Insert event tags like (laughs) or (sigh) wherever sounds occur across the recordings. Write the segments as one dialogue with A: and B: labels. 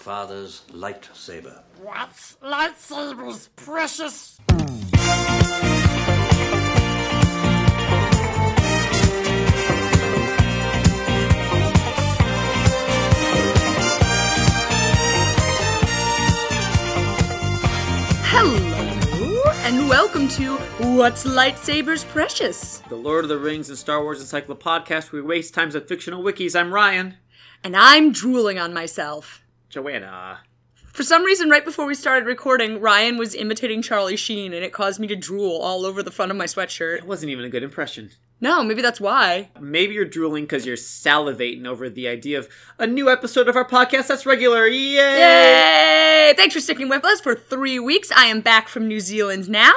A: father's lightsaber.
B: What? Lightsabers, precious!
C: Hello, and welcome to What's Lightsabers Precious?
D: The Lord of the Rings and Star Wars Encyclopedia podcast, where we waste times on fictional wikis. I'm Ryan.
C: And I'm drooling on myself.
D: Joanna.
C: For some reason, right before we started recording, Ryan was imitating Charlie Sheen, and it caused me to drool all over the front of my
D: It
C: sweatshirt.
D: wasn't even a good impression.
C: No, maybe that's why.
D: Maybe you're drooling because you're salivating over the idea of a new episode of our podcast that's regular. Yay!
C: Yay! Thanks for sticking with us for three weeks. I am back from New Zealand now.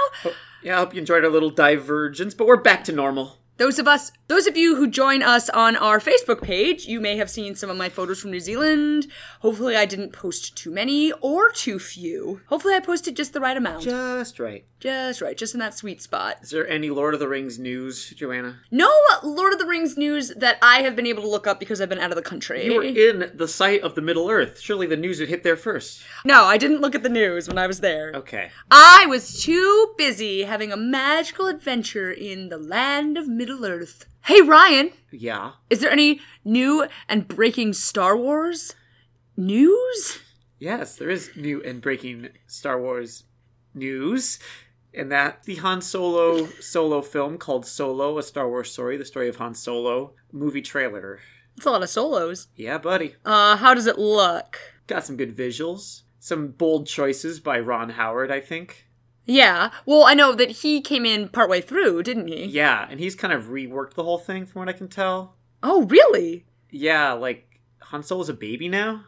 D: Yeah, I hope you enjoyed our little divergence, but we're back to normal.
C: Those of us, those of you who join us on our Facebook page, you may have seen some of my photos from New Zealand. Hopefully, I didn't post too many or too few. Hopefully, I posted just the right amount.
D: Just right.
C: Just right, just in that sweet spot.
D: Is there any Lord of the Rings news, Joanna?
C: No Lord of the Rings news that I have been able to look up because I've been out of the country.
D: You were in the site of the Middle Earth. Surely the news would hit there first.
C: no, I didn't look at the news when I was there.
D: Okay.
C: I was too busy having a magical adventure in the land of Middle Earth. Hey Ryan,
D: Yeah.
C: is there any new and breaking Star Wars news?
D: Yes, there is new and breaking Star Wars news, and that the Han Solo solo film called Solo: A Star Wars Story, the story of Han Solo movie trailer.
C: It's a lot of solos.
D: Yeah, buddy,
C: Uh, how does it look?
D: got some good visuals, some bold choices by Ron Howard, I think.
C: Yeah. Well, I know that he came in partway through, didn't he?
D: Yeah, and he's kind of reworked the whole thing from what I can tell.
C: Oh, really?
D: Yeah, like Han Solo's a baby now.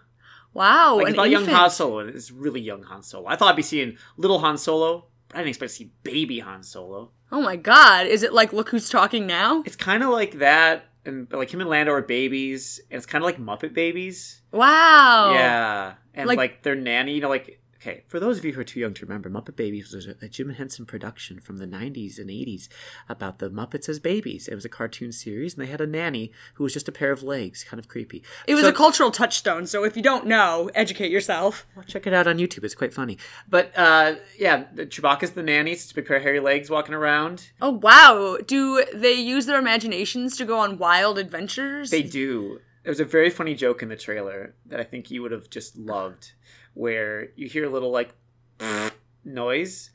C: Wow.
D: Like
C: Oh, an
D: I thought young
C: infant.
D: Han Solo, and it's really young Han Solo. I thought I'd be seeing little Han Solo, but I didn't expect to see baby Han Solo.
C: Oh my god, is it like Look Who's Talking Now?
D: It's kind of like that, and like him and Lando are babies, and it's kind of like Muppet Babies.
C: Wow.
D: Yeah, and
C: Oh. Like-
D: like, their nanny, you know, like okay. For those of you who are too young to remember, Muppet Babies was a, a Jim Henson production from the '90s and '80s about the Muppets as babies. It was a cartoon series, and they had a nanny who was just a pair of legs, kind of creepy.
C: It was
D: So-
C: a cultural touchstone, so if you don't know, educate yourself.
D: Well, check it out on YouTube; it's quite funny. But uh, yeah, the Chewbacca's the nanny, it's just a big pair of hairy legs walking around.
C: Oh wow. Do they use their imaginations to go on wild adventures?
D: They do. There was a very funny joke in the trailer that I think you would have just loved, where you hear a little like (laughs) noise,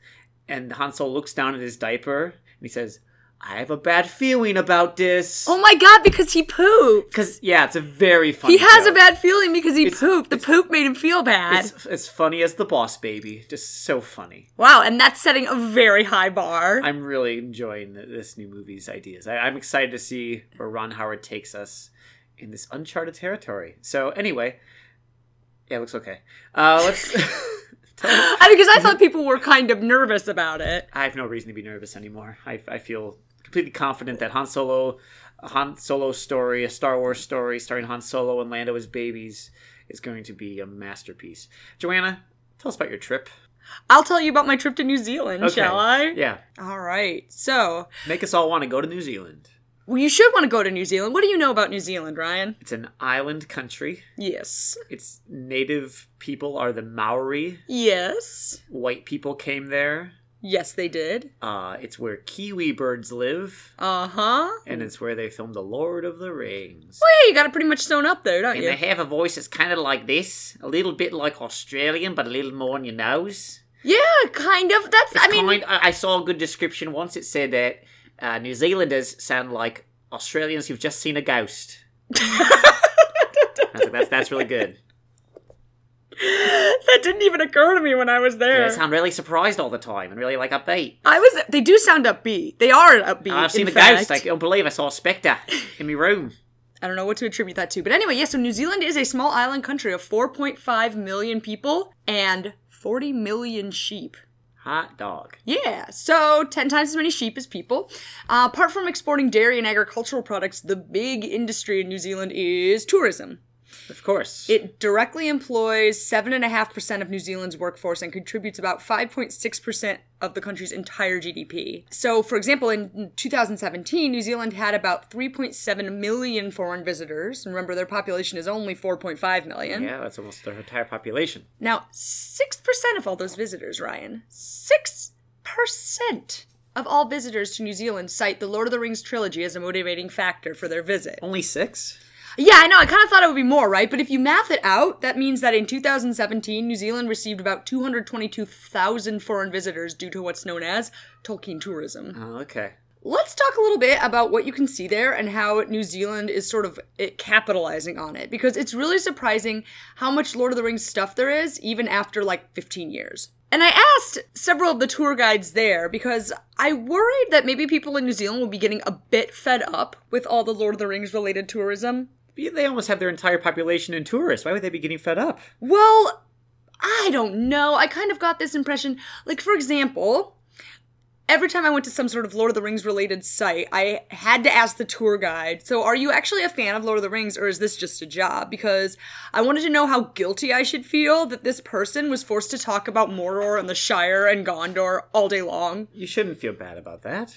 D: and Han Solo looks down at his diaper and he says, "I have a bad feeling about this."
C: oh my god, because he pooped.
D: Because yeah, it's a very funny.
C: He has a
D: joke.
C: bad feeling because he
D: It's-
C: pooped. The poop made him feel bad.
D: It's as funny as the Boss Baby. Just so funny.
C: Wow, and that's setting a very high (laughs) bar.
D: I'm really enjoying th- this new movie's ideas. I- I'm excited to see where Ron Howard takes us in this uncharted territory. So anyway, yeah, it looks okay. Uh, let's.
C: (laughs)
D: tell-
C: I- because I thought people were kind of nervous about it.
D: I have no reason to be nervous anymore. I, I feel completely confident that Han Solo, a Han Solo story, a Star Wars story starring Han Solo and Lando as babies, is going to be a masterpiece. Joanna, tell us about your trip.
C: I'll tell you about my trip to New Zealand,
D: Okay.
C: shall I?
D: Yeah,
C: All right. So,
D: make us all want to go to New Zealand.
C: well, you should want to go to New Zealand. What do you know about New Zealand, Ryan?
D: It's an island country.
C: Yes.
D: its native people are the Maori.
C: Yes.
D: White people came there.
C: Yes, they did.
D: Uh, it's where kiwi birds live,
C: Uh huh.
D: and it's where they filmed The Lord of the Rings.
C: Well, yeah, you got it pretty much sewn up there, don't
D: And
C: you?
D: they have a voice that's kind of like this, a little bit like Australian, but a little more on your nose.
C: yeah, kind of. That's, I mean,
D: kind, I I saw a good description once. It said that uh, New Zealanders sound like Australians who've just seen a ghost. I was like, that's that's really
C: (laughs)
D: good.
C: that didn't even occur to me when I was there.
D: They sound really surprised all the time and really like upbeat.
C: I was, they do sound upbeat. They are upbeat.
D: I've seen
C: in
D: a
C: fact.
D: ghost. I don't believe I saw a spectre in my room.
C: I don't know what to attribute that to. But anyway, yes, so New Zealand is a small island country of 4.5 million people and 40 million sheep.
D: Hot dog.
C: Yeah, so 10 times as many sheep as people. Uh, apart from exporting dairy and agricultural products, the big industry in New Zealand is tourism.
D: Of course.
C: It directly employs 7.5% of New Zealand's workforce and contributes about 5.6% of the country's entire GDP. So, for example, in 2017, New Zealand had about 3.7 million foreign visitors. And remember, their population is only 4.5 million.
D: yeah, that's almost their entire population.
C: Now, 6% of all those visitors, Ryan, 6% of all visitors to New Zealand cite the Lord of the Rings trilogy as a motivating factor for their visit.
D: Only six?
C: Yeah, I know. I kind of thought it would be more, right? But if you math it out, that means that in 2017, New Zealand received about 222,000 foreign visitors due to what's known as Tolkien tourism.
D: Oh, okay.
C: Let's talk a little bit about what you can see there and how New Zealand is sort of eh, capitalizing on it because it's really surprising how much Lord of the Rings stuff there is even after like 15 years. And I asked several of the tour guides there because I worried that maybe people in New Zealand will be getting a bit fed up with all the Lord of the Rings related tourism.
D: But They almost have their entire population in tourists. Why would they be getting fed up?
C: Well, I don't know. I kind of got this impression. Like, for example, every time I went to some sort of Lord of the Rings related site, I had to ask the tour guide, so are you actually a fan of Lord of the Rings or is this just a job? Because I wanted to know how guilty I should feel that this person was forced to talk about Mordor and the Shire and Gondor all day long.
D: You shouldn't feel bad about that.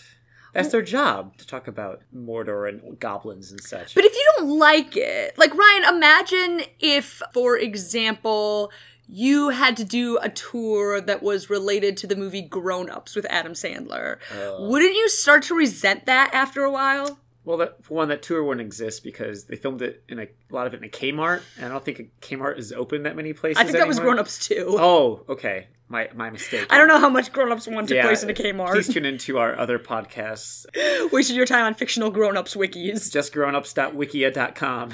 D: That's their job to talk about Mordor and goblins and such.
C: But if you don't like it, like Ryan, imagine if, for example, you had to do a tour that was related to the movie Grown Ups with Adam Sandler.
D: Oh.
C: Wouldn't you start to resent that after a while?
D: well, that, for one, that tour wouldn't exist because they filmed it in a, a lot of it in a Kmart, and I don't think a Kmart is open that many places.
C: I think that was
D: anymore.
C: Grown Ups too.
D: Oh, okay, my my mistake.
C: I don't know how much Grown Ups 1 took
D: Yeah,
C: place in a
D: Please
C: Kmart.
D: tune into our other podcasts,
C: (laughs) Wasted your time on fictional Grown Ups wikis. (laughs)
D: justgrownups.wikia.com.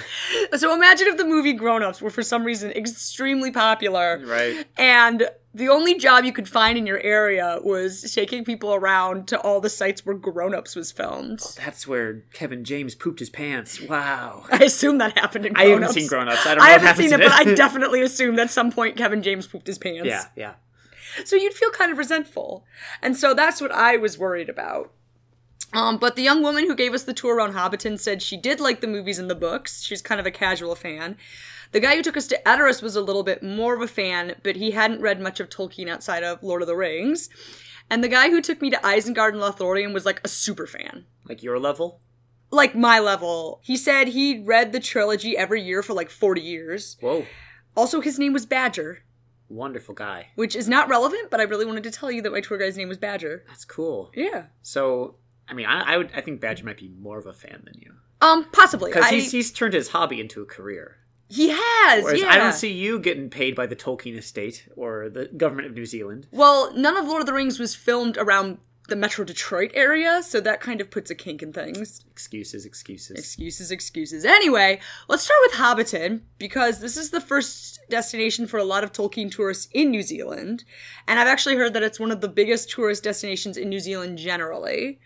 C: So imagine if the movie Grown Ups were for some reason extremely popular.
D: Right.
C: And the only job you could find in your area was taking people around to all the sites where Grown Ups was filmed.
D: That's where Kevin James pooped his pants.
C: (laughs)
D: Wow.
C: I assume that happened in
D: I
C: Grown
D: haven't
C: Ups.
D: seen Grown Ups. I don't know
C: I
D: what
C: haven't
D: happens
C: seen it,
D: in
C: but
D: (laughs)
C: I definitely assumed at some point Kevin James pooped his pants.
D: Yeah, yeah.
C: So you'd feel kind of resentful. And so that's what I was worried about. Um, but the young woman who gave us the tour around Hobbiton said she did like the movies and the books. She's kind of a casual fan. The guy who took us to Edoras was a little bit more of a fan, but he hadn't read much of Tolkien outside of Lord of the Rings. And the guy who took me to Isengard and Lothlorien was like a super fan
D: Like your level?
C: like my level. He said he read the trilogy every year for like 40 years.
D: Whoa.
C: Also, his name was Badger,
D: Wonderful guy.
C: which is not relevant, but I really wanted to tell you that my tour guide's name was Badger.
D: That's cool.
C: Yeah.
D: So, I mean, I, I would I think Badger might be more of a fan than you
C: Um, possibly.
D: because
C: I-
D: he's he's turned his hobby into a career.
C: he has.
D: Whereas
C: yeah.
D: I don't see you getting paid by the Tolkien estate or the government of New Zealand.
C: Well, none of Lord of the Rings was filmed around the Metro Detroit area, so that kind of puts a kink in things.
D: Excuses, excuses.
C: Excuses, excuses. Anyway, let's start with Hobbiton because this is the first destination for a lot of Tolkien tourists in New Zealand. And I've actually heard that it's one of the biggest tourist destinations in New Zealand generally.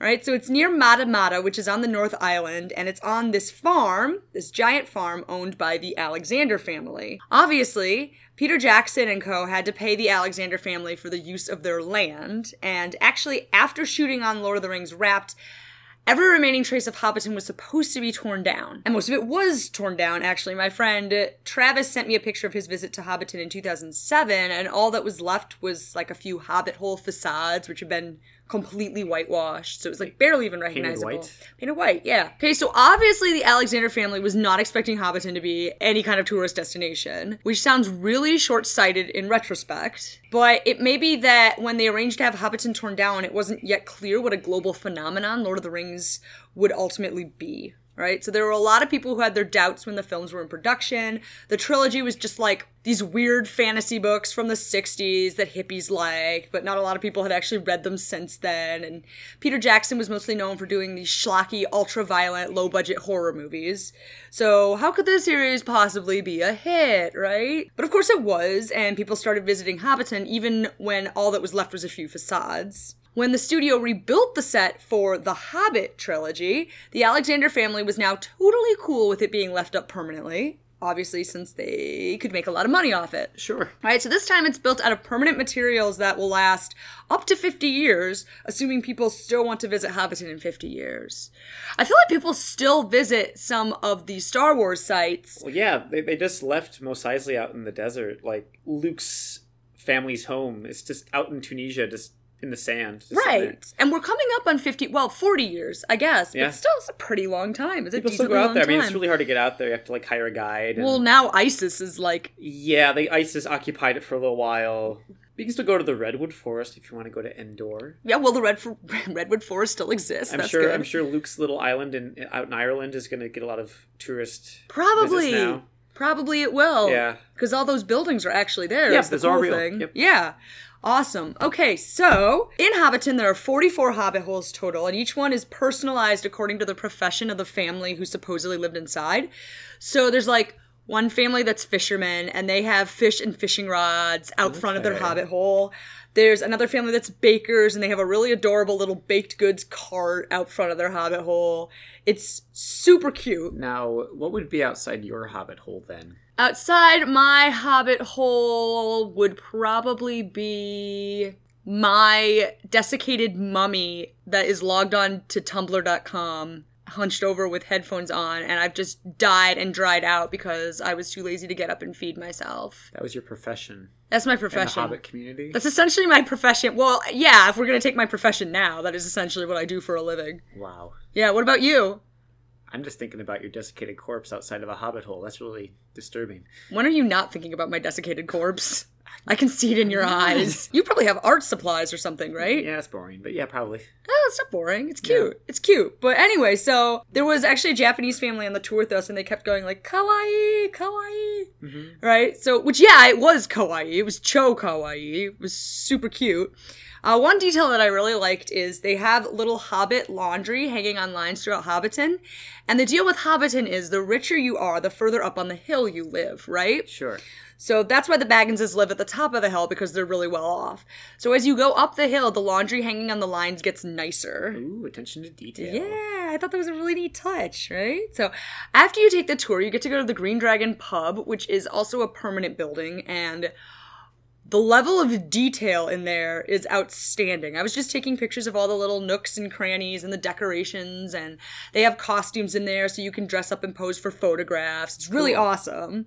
C: All right, so it's near Mata Mata, which is on the North Island, and it's on this farm, this giant farm owned by the Alexander family. Obviously, Peter Jackson and co had to pay the Alexander family for the use of their land, and actually, after shooting on Lord of the Rings Wrapped, Every remaining trace of Hobbiton was supposed to be torn down, and most of it was torn down, actually. My friend uh, Travis sent me a picture of his visit to Hobbiton in 2007, and all that was left was like a few Hobbit Hole facades, which had been completely whitewashed, so it was like barely even recognizable.
D: white?
C: Painted white, yeah. Okay, so obviously the Alexander family was not expecting Hobbiton to be any kind of tourist destination, which sounds really short sighted in retrospect. But it may be that when they arranged to have Hobbiton torn down, it wasn't yet clear what a global phenomenon Lord of the Rings would ultimately be. Right? So there were a lot of people who had their doubts when the films were in production. The trilogy was just like these weird fantasy books from the 60s that hippies liked, but not a lot of people had actually read them since then. And Peter Jackson was mostly known for doing these schlocky, ultra violent, low budget horror movies. So, how could this series possibly be a hit, right? But of course it was, and people started visiting Hobbiton even when all that was left was a few facades. When the studio rebuilt the set for the Hobbit trilogy, the Alexander family was now totally cool with it being left up permanently. obviously, since they could make a lot of money off it.
D: Sure.
C: All right, so this time it's built out of permanent materials that will last up to 50 years, assuming people still want to visit Hobbiton in 50 years. I feel like people still visit some of the Star Wars sites.
D: Well, yeah, they, they just left Mos Eisley out in the desert. Like Luke's family's home is just out in Tunisia, just in the sand. just sitting there.
C: Right. And we're coming up on 50, well, 40 years, I guess,
D: Yeah.
C: but still it's a pretty long time. It's a
D: People still
C: decently
D: go out
C: long
D: there. I
C: time.
D: mean, it's really hard to get out there. You have to like hire a guide. and-
C: well, now ISIS is like,
D: yeah, the ISIS occupied it for a little while. But you can still go to the redwood forest if you want to go to Endor.
C: yeah, well, the Red for- (laughs) Redwood Forest still exists.
D: I'm
C: That's
D: sure.
C: good.
D: I'm sure Luke's little island in out in Ireland is going to get a lot of tourist. visits
C: Probably.
D: now.
C: Probably it will.
D: Yeah.
C: Because all those buildings are actually there.
D: Yeah,
C: It's the
D: those are
C: cool
D: real.
C: thing.
D: Yep.
C: Yeah. Awesome. Okay, so in Hobbiton, there are 44 hobbit holes total, and each one is personalized according to the profession of the family who supposedly lived inside. So there's like one family that's fishermen, and they have fish and fishing rods out front of their hobbit hole. There's another family that's bakers, and they have a really adorable little baked goods cart out front of their hobbit hole. It's super cute.
D: Now, what would be outside your hobbit hole then?
C: Outside my hobbit hole would probably be my desiccated mummy that is logged on to tumblr.com hunched over with headphones on and I've just died and dried out because I was too lazy to get up and feed myself.
D: That was your profession.
C: That's my
D: in the
C: profession.
D: hobbit community.
C: That's essentially my profession. Well, yeah, if we're going to take my profession now, that is essentially what I do for a living.
D: wow.
C: Yeah, what about you?
D: I'm just thinking about your desiccated corpse outside of a hobbit hole. That's really disturbing.
C: When are you not thinking about my desiccated corpse? I can see it in your eyes. You probably have art supplies or something, right?
D: Yeah, it's boring, but yeah, probably.
C: Oh, it's not boring. It's cute. It's cute. But anyway, so there was actually a Japanese family on the tour with us, and they kept going like kawaii, kawaii, right? So, which yeah, it was kawaii. It was cho kawaii. It was super cute. Uh, one detail that I really liked is they have little Hobbit laundry hanging on lines throughout Hobbiton, and the deal with Hobbiton is the richer you are, the further up on the hill you live, right?
D: Sure.
C: So that's why the Bagginses live at the top of the hill because they're really well off. So as you go up the hill, the laundry hanging on the lines gets nicer.
D: Ooh, attention to detail.
C: Yeah, I thought that was a really neat touch, right? So, after you take the tour, you get to go to the Green Dragon Pub, which is also a permanent building, and the level of detail in there is outstanding. I was just taking pictures of all the little nooks and crannies and the decorations, and they have costumes in there so you can dress up and pose for photographs. It's really awesome.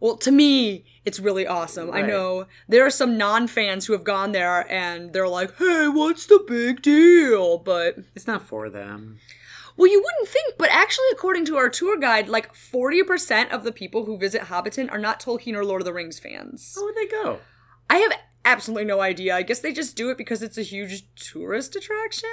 C: Well, to me, it's really awesome. I
D: Right.
C: know there are some non fans who have gone there and they're like, hey, what's the big deal? But
D: It's not for them.
C: well, you wouldn't think, but actually, according to our tour guide, like 40% of the people who visit Hobbiton are not Tolkien or Lord of the Rings fans.
D: How would they go?
C: I have absolutely no idea. I guess they just do it because it's a huge tourist attraction.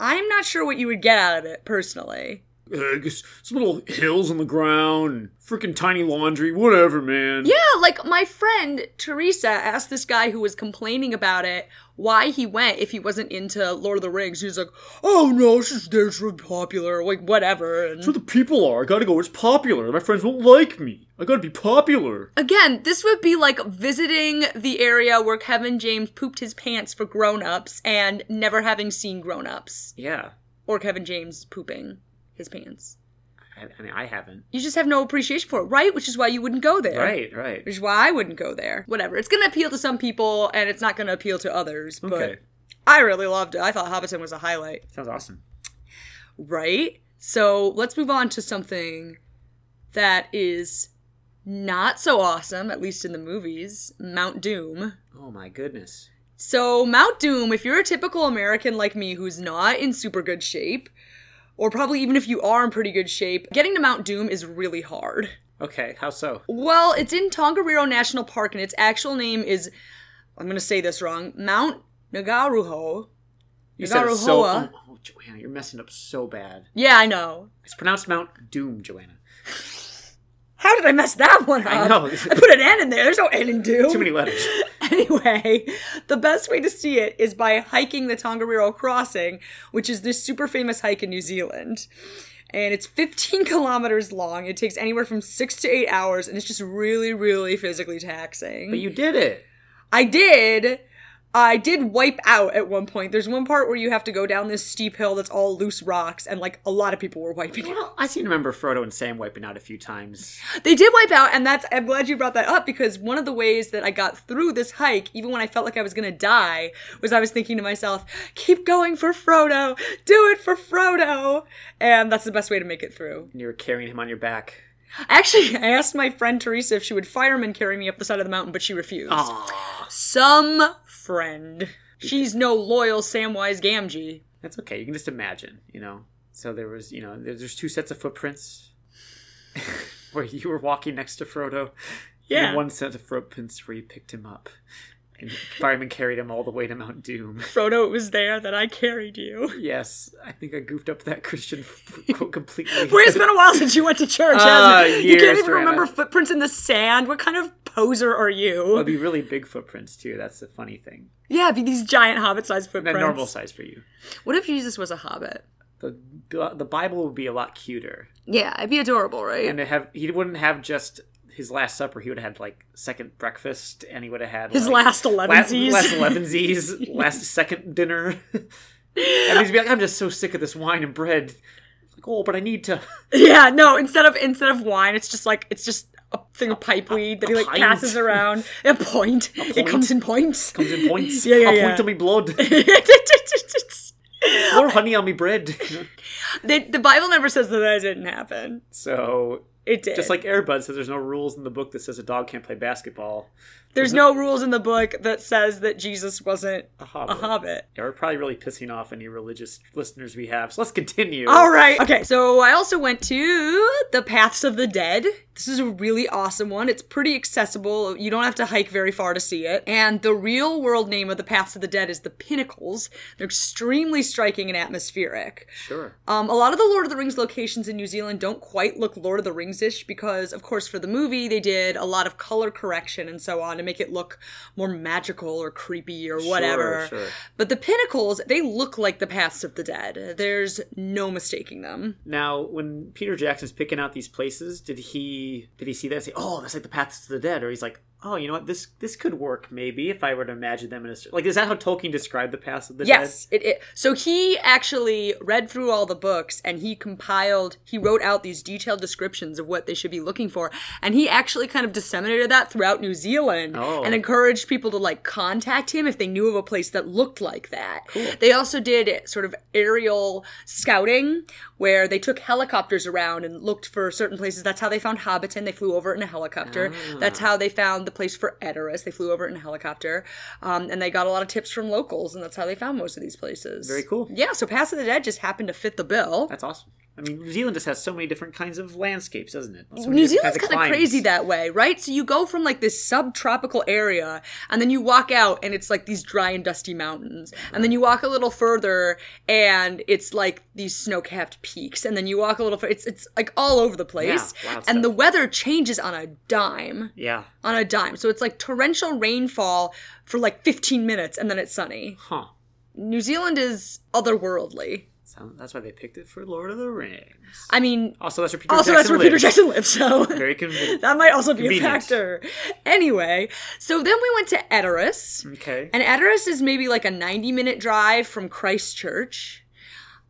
C: I'm not sure what you would get out of it, personally.
D: Uh, just some little hills on the ground, freaking tiny laundry, whatever, man.
C: Yeah, like my friend Teresa asked this guy who was complaining about it why he went if he wasn't into Lord of the Rings. He was like, oh no, it's just there's really popular, like whatever. And-
D: That's where the people are. I gotta go. It's popular. My friends won't like me. I gotta be popular.
C: Again, this would be like visiting the area where Kevin James pooped his pants for grown ups and never having seen grown ups
D: Yeah.
C: or Kevin James pooping his pants.
D: I, I mean, I haven't.
C: You just have no appreciation for it, right? Which is why you wouldn't go there.
D: Right, right.
C: Which is why I wouldn't go there. Whatever. It's going to appeal to some people and it's not going to appeal to others. But
D: Okay.
C: I really loved it. I thought Hobbiton was a highlight.
D: Sounds awesome.
C: Right? So let's move on to something that is not so awesome, at least in the movies Mount Doom.
D: Oh my goodness.
C: So, Mount Doom, if you're a typical American like me who's not in super good shape, or probably even if you are in pretty good shape, getting to Mount Doom is really hard.
D: Okay, how so?
C: Well, it's in Tongariro National Park, and its actual name is, I'm going to say this wrong, Mount Nagaruho.
D: You said it's so.
C: Garuhoa.
D: Oh, oh, Joanna, you're messing up so bad.
C: Yeah, I know.
D: It's pronounced Mount Doom, Joanna.
C: How did I mess that one up?
D: I know.
C: I put an N in there. There's no N in Doom.
D: Too many letters.
C: (laughs) Anyway, the best way to see it is by hiking the Tongariro Crossing, which is this super famous hike in New Zealand. And it's 15 (laughs) kilometers long. It takes anywhere from six to eight hours, and it's just really, really physically taxing.
D: But you did it.
C: I did. I did wipe out at one point. There's one part where you have to go down this steep hill that's all loose rocks, and like a lot of people were wiping out.
D: Well, I seem to remember Frodo and Sam wiping out a few times.
C: They did wipe out, and that's I'm glad you brought that up because one of the ways that I got through this hike, even when I felt like I was gonna die, was I was thinking to myself, keep going for Frodo, do it for Frodo. And that's the best way to make it through.
D: And you were carrying him on your back.
C: Actually, (laughs) I asked my friend Teresa if she would fireman carry me up the side of the mountain, but she refused.
D: Aw.
C: Some friend. She's no loyal Samwise Gamgee.
D: That's okay. You can just imagine, you know. So there was, you know, there's, there's two sets of footprints (laughs) where you were walking next to Frodo.
C: Yeah.
D: And one set of footprints where you picked him up. And fireman carried him all the way to Mount Doom. (laughs)
C: Frodo, it was there that I carried you.
D: Yes, I think I goofed up that Christian f- quote completely.
C: (laughs) Wait, it's been a while since you went to church,
D: Ah,
C: hasn't it? You can't
D: years,
C: even remember
D: Joanna.
C: footprints in the sand. What kind of poser are
D: It'll
C: you?
D: be really big footprints too. That's the funny thing.
C: Yeah, it'd be these giant hobbit-sized
D: And
C: footprints.
D: a normal size for you.
C: What if Jesus was a hobbit?
D: The the Bible would be a lot cuter,
C: Yeah, it'd be adorable, right?
D: and it have he wouldn't have just his last supper. He would have had like second breakfast, and he would have had
C: His
D: like,
C: last
D: last
C: elevensies. (laughs)
D: last elevensies, last second dinner. and he'd be like, "I'm just so sick of this wine and bread." Like, oh, but I need to.
C: Yeah, no. Instead of instead of wine, it's just like it's just a thing of pipe weed that he like
D: pint.
C: passes around. A point. It
D: point.
C: comes in points. (laughs)
D: Comes in points.
C: Yeah, yeah,
D: a
C: yeah.
D: point to me blood.
C: (laughs)
D: More honey on me bread. (laughs)
C: They, the Bible never says that that didn't happen.
D: so
C: It did.
D: Just like Airbud says, there's no rules in the book that says a dog can't play basketball.
C: there's no rules in the book that says that Jesus wasn't
D: A
C: a
D: hobbit.
C: hobbit.
D: Yeah, we're probably really pissing off any religious listeners we have. So let's continue.
C: All right. Okay. So I also went to the Paths of the Dead. This is a really awesome one. It's pretty accessible. You don't have to hike very far to see it. And the real world name of the Paths of the Dead is the Pinnacles. They're extremely striking and atmospheric.
D: Sure.
C: Um, a lot of the Lord of the Rings locations in New Zealand don't quite look Lord of the Rings ish because, of course, for the movie, they did a lot of color correction and so on to make it look more magical or creepy or whatever.
D: sure.
C: But the pinnacles, they look like the paths of the dead. There's no mistaking them.
D: Now, when Peter Jackson's picking out these places, did he did he see that and say, "Oh, that's like the paths to the dead," or he's like, "Oh, you know what? This this could work maybe if I were to imagine them in a cer-" like." Is that how Tolkien described the paths of the dead?
C: Yes, it, it. So he actually read through all the books and he compiled, he wrote out these detailed descriptions of what they should be looking for, and he actually kind of disseminated that throughout New Zealand
D: Oh.
C: and encouraged people to like contact him if they knew of a place that looked like that. They also did sort of aerial scouting where they took helicopters around and looked for certain places. That's how they found Hobbiton. They flew over it in a helicopter.
D: Ah.
C: That's how they found the place for Edoras. They flew over it in a helicopter. Um, and they got a lot of tips from locals, and that's how they found most of these places.
D: Very cool.
C: Yeah, so Pass of the Dead just happened to fit the bill.
D: That's awesome. I mean, New Zealand just has so many different kinds of landscapes, doesn't it? So many
C: New
D: different
C: Zealand's
D: kinds
C: kind of
D: climes.
C: crazy that way, right? So you go from like this subtropical area, and then you walk out, and it's like these dry and dusty mountains. And then you walk a little further, and it's like these snow-capped peaks. And then you walk a little further; it's it's like all over the place.
D: Yeah, wild
C: and the
D: stuff.
C: weather changes on a dime,
D: Yeah.
C: on a dime. So it's like torrential rainfall for like 15 minutes, and then it's sunny.
D: Huh.
C: New Zealand is otherworldly.
D: So that's why they picked it for Lord of the Rings.
C: I mean,
D: Also, that's where Peter
C: also
D: Jackson
C: that's where Peter
D: lives.
C: Jackson lives, so
D: Very
C: (laughs)
D: convenient.
C: that might also be
D: Convenient.
C: a factor. Anyway, so then we went to Edoras,
D: okay.
C: and Edoras is maybe like a 90 minute drive from Christchurch.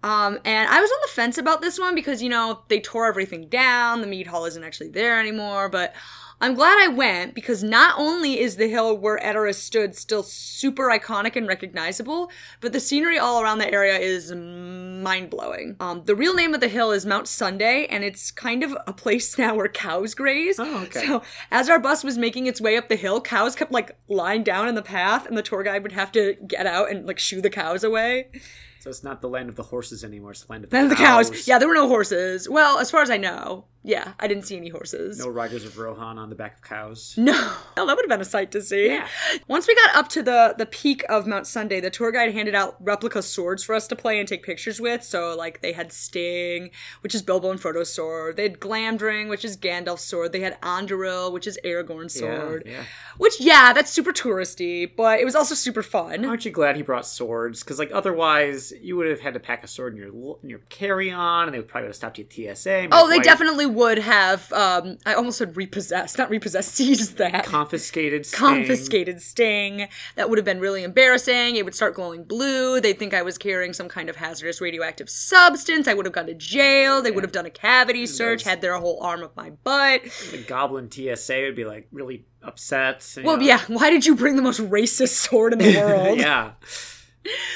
C: Um, and I was on the fence about this one because, you know, they tore everything down. The mead hall isn't actually there anymore, but I'm glad I went because not only is the hill where Edoras stood still super iconic and recognizable, but the scenery all around the area is mind blowing. Um, the real name of the hill is Mount Sunday, and it's kind of a place (laughs) now where cows graze.
D: Oh, okay.
C: So as our bus was making its way up the hill, cows kept like lying down in the path, and the tour guide would have to get out and like shoo the cows away. (laughs)
D: so it's not the land of the horses anymore. It's the land of the,
C: Then the
D: cows.
C: cows. Yeah, there were no horses. Well, as far as I know, yeah, I didn't see any horses.
D: No riders of Rohan on the back of cows.
C: (laughs) No. Oh, that would have been a sight to see.
D: Yeah.
C: Once we got up to the the peak of Mount Sunday, the tour guide handed out replica swords for us to play and take pictures with. So like they had Sting, which is Bilbo and Frodo's sword. They had Glamdring, which is Gandalf's sword. They had Anduril, which is Aragorn's sword.
D: yeah.
C: Which yeah, that's super touristy, but it was also super fun.
D: Aren't you glad he brought swords? Because like otherwise, you would have had to pack a sword in your l- in your carry on, and they would probably would have stopped you at TSA. and be
C: Oh,
D: like,
C: they
D: "Why-
C: definitely would have. Um, I almost said repossessed, not repossessed. (laughs) Seized that. (laughs)
D: confiscated. Sting.
C: confiscated sting. That would have been really embarrassing. It would start glowing blue. They'd think I was carrying some kind of hazardous radioactive substance. I would have gone to jail. They would have done a cavity search, had their whole arm up my butt.
D: The goblin TSA would be like really upset. you
C: Well,
D: know? (laughs)
C: yeah, why did you bring the most racist sword in the world?
D: yeah. (laughs)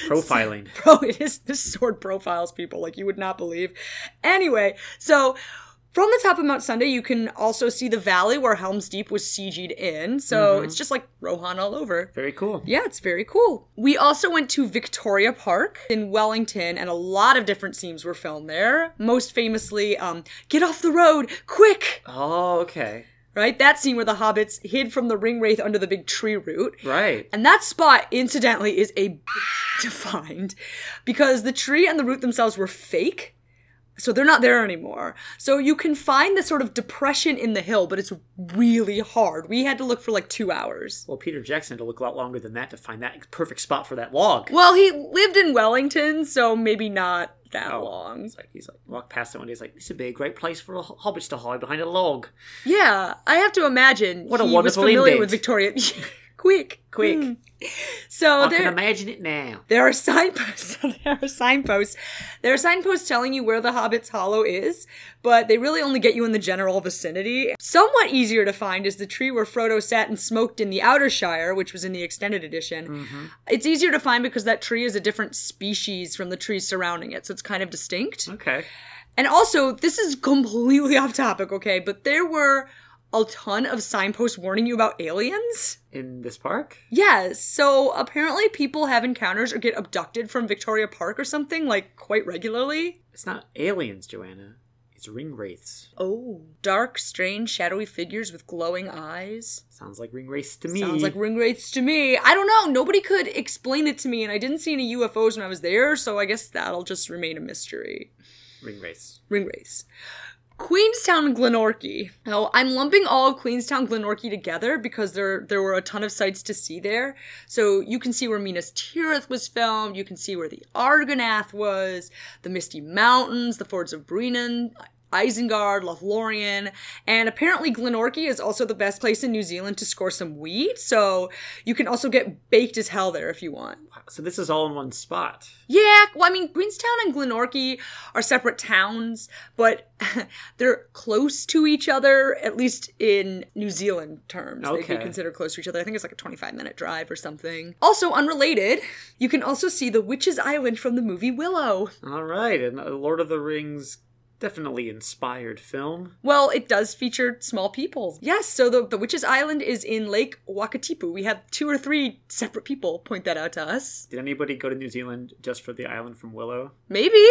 D: Profiling.
C: (laughs) Bro, it is this sword profiles people like you would not believe. Anyway, so from the top of Mount Sunday, you can also see the valley where Helm's Deep was sieged in. So
D: Mm-hmm.
C: it's just like Rohan all over.
D: Very cool.
C: Yeah, it's very cool. We also went to Victoria Park in Wellington, and a lot of different scenes were filmed there. Most famously, um, Get Off the Road, Quick!
D: Oh, okay.
C: Right? That scene where the hobbits hid from the ring wraith under the big tree root.
D: Right.
C: And that spot, incidentally, is a (laughs) to find because the tree and the root themselves were fake. So they're not there anymore. So you can find this sort of depression in the hill, but it's really hard. We had to look for like two hours.
D: well, Peter Jackson had to look a lot longer than that to find that perfect spot for that log.
C: Well, he lived in Wellington, so maybe not that
D: Oh.
C: long.
D: It's like he's like walked past it one day. He's like, this would be a great place for a ho- hobbits to hide behind a log.
C: Yeah, I have to imagine
D: What a
C: he was
D: wonderful
C: familiar
D: invent.
C: with Victoria. (laughs) Quick,
D: Quick,
C: Mm. So
D: I can
C: there,
D: imagine it now.
C: there are signposts. (laughs) there are signposts. There are signposts telling you where the Hobbit's Hollow is, but they really only get you in the general vicinity. Somewhat easier to find is the tree where Frodo sat and smoked in the Outer Shire, which was in the extended edition.
D: Mm-hmm.
C: It's easier to find because that tree is a different species from the trees surrounding it, so it's kind of distinct.
D: Okay.
C: And also, this is completely off topic, okay? But there were a ton of signposts warning you about aliens.
D: In this park?
C: Yes. So apparently, people have encounters or get abducted from Victoria Park or something like quite regularly.
D: It's not aliens, Joanna. It's ring wraiths.
C: Oh, dark, strange, shadowy figures with glowing eyes.
D: Sounds like ring wraiths to me.
C: Sounds like ring wraiths to me. I don't know. Nobody could explain it to me, and I didn't see any UFOs when I was there, so I guess that'll just remain a mystery.
D: ring wraiths.
C: ring race. Queenstown and Glenorchy. Now, I'm lumping all of Queenstown and Glenorchy together because there there were a ton of sites to see there. So you can see where Minas Tirith was filmed, you can see where the Argonath was, the Misty Mountains, the fords of Brennan, Isengard, Lothlorien, and apparently Glenorchy is also the best place in New Zealand to score some wheat. So you can also get baked as hell there if you want.
D: Wow, So this is all in one spot.
C: Yeah, well, I mean, Queenstown and Glenorchy are separate towns, but (laughs) they're close to each other, at least in New Zealand terms. They'd
D: Okay.
C: be considered close to each other. I think it's like a 25 minute drive or something. Also, unrelated, you can also see the Witch's Island from the movie Willow.
D: All right, and uh, Lord of the Rings definitely inspired film.
C: Well, it does feature small people. Yes, so the, the Witch's Island is in Lake Wakatipu. We have two or three separate people point that out to us.
D: Did anybody go to New Zealand just for the island from Willow?
C: Maybe.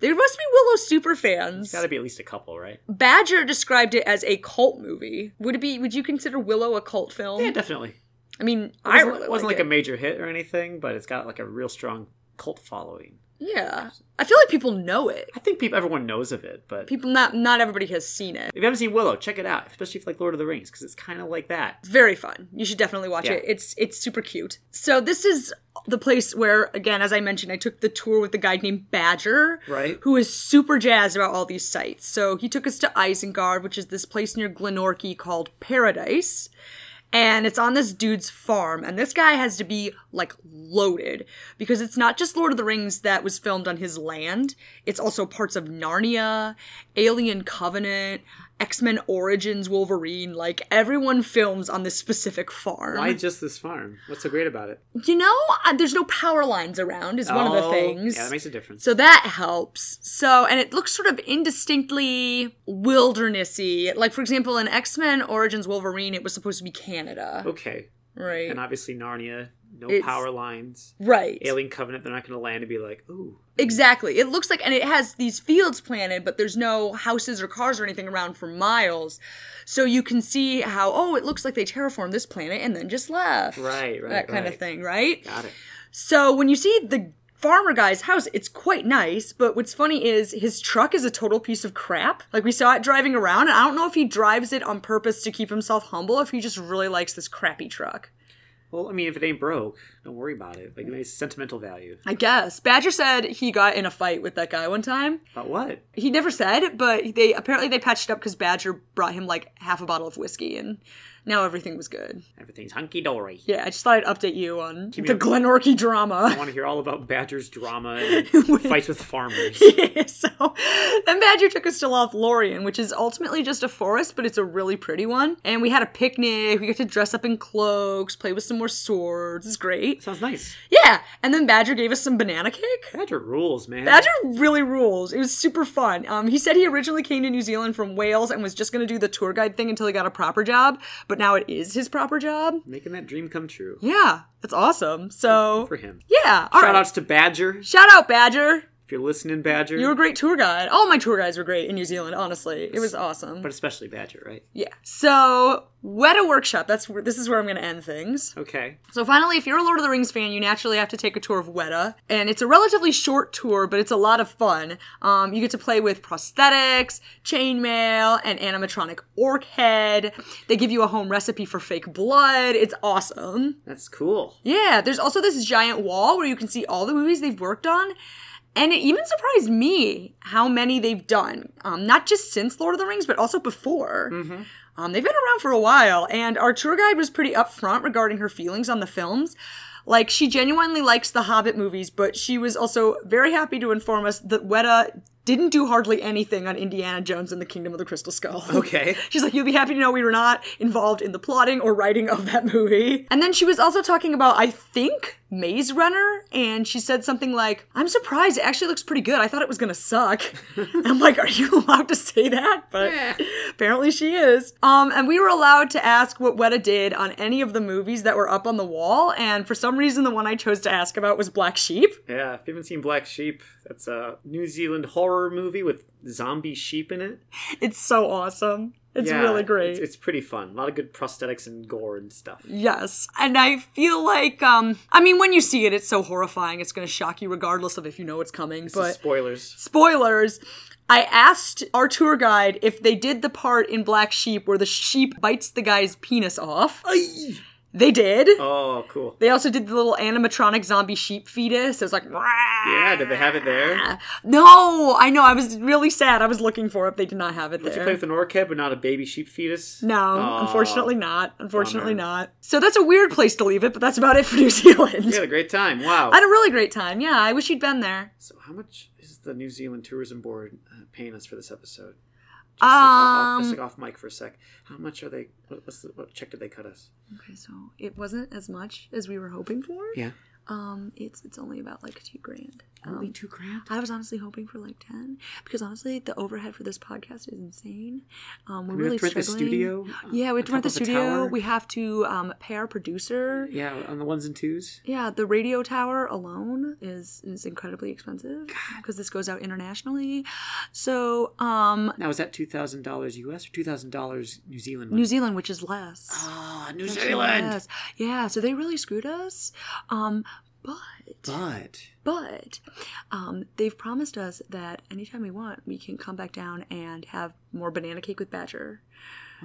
C: There must be Willow super fans.
D: Got to be at least a couple, right?
C: Mm-hmm. Badger described it as a cult movie. Would it be? Would you consider Willow a cult film?
D: Yeah, definitely.
C: I mean,
D: It
C: I
D: wasn't,
C: really
D: it wasn't like
C: like
D: a major hit or anything, but it's got like a real strong cult following.
C: it. yeah. I feel like people know it.
D: I think people, everyone knows of it, but
C: People not not everybody has seen it.
D: if you haven't seen Willow, check it out, especially if you like Lord of the Rings, because it's kind of like that.
C: It's very fun. You should definitely watch
D: Yeah.
C: it. It's it's super cute. So this is the place where, again, as I mentioned, I took the tour with the guide named Badger,
D: Right.
C: Who is super jazzed about all these sites. So he took us to Isengard, which is this place near Glenorchy called Paradise. and it's on this dude's farm and this guy has to be like loaded because it's not just lord of the rings that was filmed on his land it's also parts of narnia alien covenant x-men origins wolverine like everyone films on this specific farm
D: Why just this farm? What's so great about it?
C: you know uh, there's no power lines around is one of the
D: Oh,
C: things
D: Yeah, that makes a difference.
C: so that helps. So, and it looks sort of indistinctly wildernessy. Like, for example, in X Men Origins Wolverine, it was supposed to be Canada.
D: okay,
C: Right.
D: Oh, and obviously Narnia, no
C: It's-
D: power lines.
C: Right.
D: Alien Covenant, they're not going to land and be like, ooh,
C: Exactly. It looks like, and it has these fields planted, but there's no houses or cars or anything around for miles. So you can see how, oh, it looks like they terraformed this planet and then just left.
D: Right, right,
C: That kind of
D: right.
C: thing, right?
D: got it.
C: So when you see the farmer guy's house, it's quite nice, but what's funny is his truck is a total piece of crap. Like we saw it driving around, and I don't know if he drives it on purpose to keep himself humble, if he just really likes this crappy truck.
D: Well, I mean, if it ain't broke, don't worry about it. Like, it's sentimental value.
C: I guess. Badger said he got in a fight with that guy one time. (laughs)
D: About what?
C: He never said, but they apparently they patched up because Badger brought him like half a bottle of whiskey and now everything was good.
D: Everything's hunky dory.
C: Yeah, I just thought I'd update you on
D: me
C: the
D: a-
C: Glenorchy drama.
D: I want to hear all about Badger's drama and fights
C: (laughs)
D: with farmers.
C: (laughs) so then Badger took us to Lothlorien, which is ultimately just a forest, but it's a really pretty one. And we had a picnic. We got to dress up in cloaks, play with some more swords. It's great.
D: Sounds nice.
C: Yeah. And then Badger gave us some banana cake.
D: Badger rules, man.
C: Badger really rules. It was super fun. Um, he said he originally came to New Zealand from Wales and was just going to do the tour guide thing until he got a proper job, but now it is his proper job.
D: Making that dream come true
C: Yeah, that's awesome. So
D: for him.
C: yeah, all right.
D: Shout outs to Badger.
C: Shout out, Badger.
D: If you're listening, Badger.
C: You were a great tour guide. All my tour guides were great in New Zealand, honestly. It was awesome.
D: But especially Badger, right?
C: Yeah. So, Weta Workshop, that's where, this is where I'm going to end things.
D: Okay.
C: So, finally, if you're a Lord of the Rings fan, you naturally have to take a tour of Weta. And it's a relatively short tour, but it's a lot of fun. Um, you get to play with prosthetics, chainmail, and animatronic orc head. They give you a home recipe for fake blood. It's awesome.
D: That's cool.
C: Yeah, there's also this giant wall where you can see all the movies they've worked on. And it even surprised me how many they've done. Um, not just since Lord of the Rings, but also before. Um, they've been around for a while. And our tour guide was pretty upfront regarding her feelings on the films. Like, she genuinely likes the Hobbit movies, but she was also very happy to inform us that Weta didn't do hardly anything on Indiana Jones and the Kingdom of the Crystal Skull.
D: Okay.
C: (laughs) She's like, you'll be happy to know we were not involved in the plotting or writing of that movie. And then she was also talking about, I think, Maze Runner, and she said something like, I'm surprised, it actually looks pretty good. I thought it was gonna
D: (laughs)
C: suck. and I'm like, are you allowed to say that? But apparently she is. Um, and we were allowed to ask what Weta did on any of the movies that were up on the wall, and for some reason the one I chose to ask about was Black Sheep.
D: Yeah, if you haven't seen Black Sheep, that's a New Zealand horror movie with zombie sheep in it.
C: It's so awesome. It's
D: Yeah,
C: really great.
D: It's, it's pretty fun. A lot of good prosthetics and gore and stuff.
C: Yes. And I feel like um I mean when you see it it's so horrifying it's going to shock you regardless of if you know it's coming
D: So
C: but
D: spoilers.
C: spoilers I asked our tour guide if they did the part in Black Sheep where the sheep bites the guy's penis off. They did.
D: Oh, cool.
C: They also did the little animatronic zombie sheep fetus. It was like
D: Yeah, did they have it there?
C: No, I know. I was really sad. I was looking for it. They did not have it
D: Did you
C: there.
D: play with an orchid but not a baby sheep fetus?
C: No,
D: Aw.
C: unfortunately not. Unfortunately
D: Bummer.
C: not. So that's a weird place to leave it, but that's about it for New Zealand.
D: You had a great time. Wow.
C: I had a really great time. Yeah, I wish you'd been there.
D: So, how much is the New Zealand Tourism Board uh, paying us for this episode? Just like, off- off,
C: Um,
D: just like off mic for a sec. How much are they? What, what's the, what check did they cut us?
C: Okay, so it wasn't as much as we were hoping for.
D: Yeah,
C: Um, it's it's only about like two grand.
D: only
C: Um,
D: two grand.
C: I was honestly hoping for like ten because honestly, the overhead for this podcast is insane. Um, we're
D: We
C: really
D: have to rent the
C: struggling.
D: studio.
C: Yeah, we have to rent the
D: on top of a
C: studio.
D: tower.
C: we have to um, pay our producer.
D: Yeah, on the ones and twos.
C: Yeah, the radio tower alone is is incredibly expensive because this goes out internationally. So, um,
D: Now is that two thousand dollars US or two thousand dollars New Zealand?
C: New Zealand, which is less.
D: Ah, New
C: Actually, yes. Yeah, so they really screwed us. Um, but
D: But
C: but um, they've promised us that anytime we want, we can come back down and have more banana cake with Badger.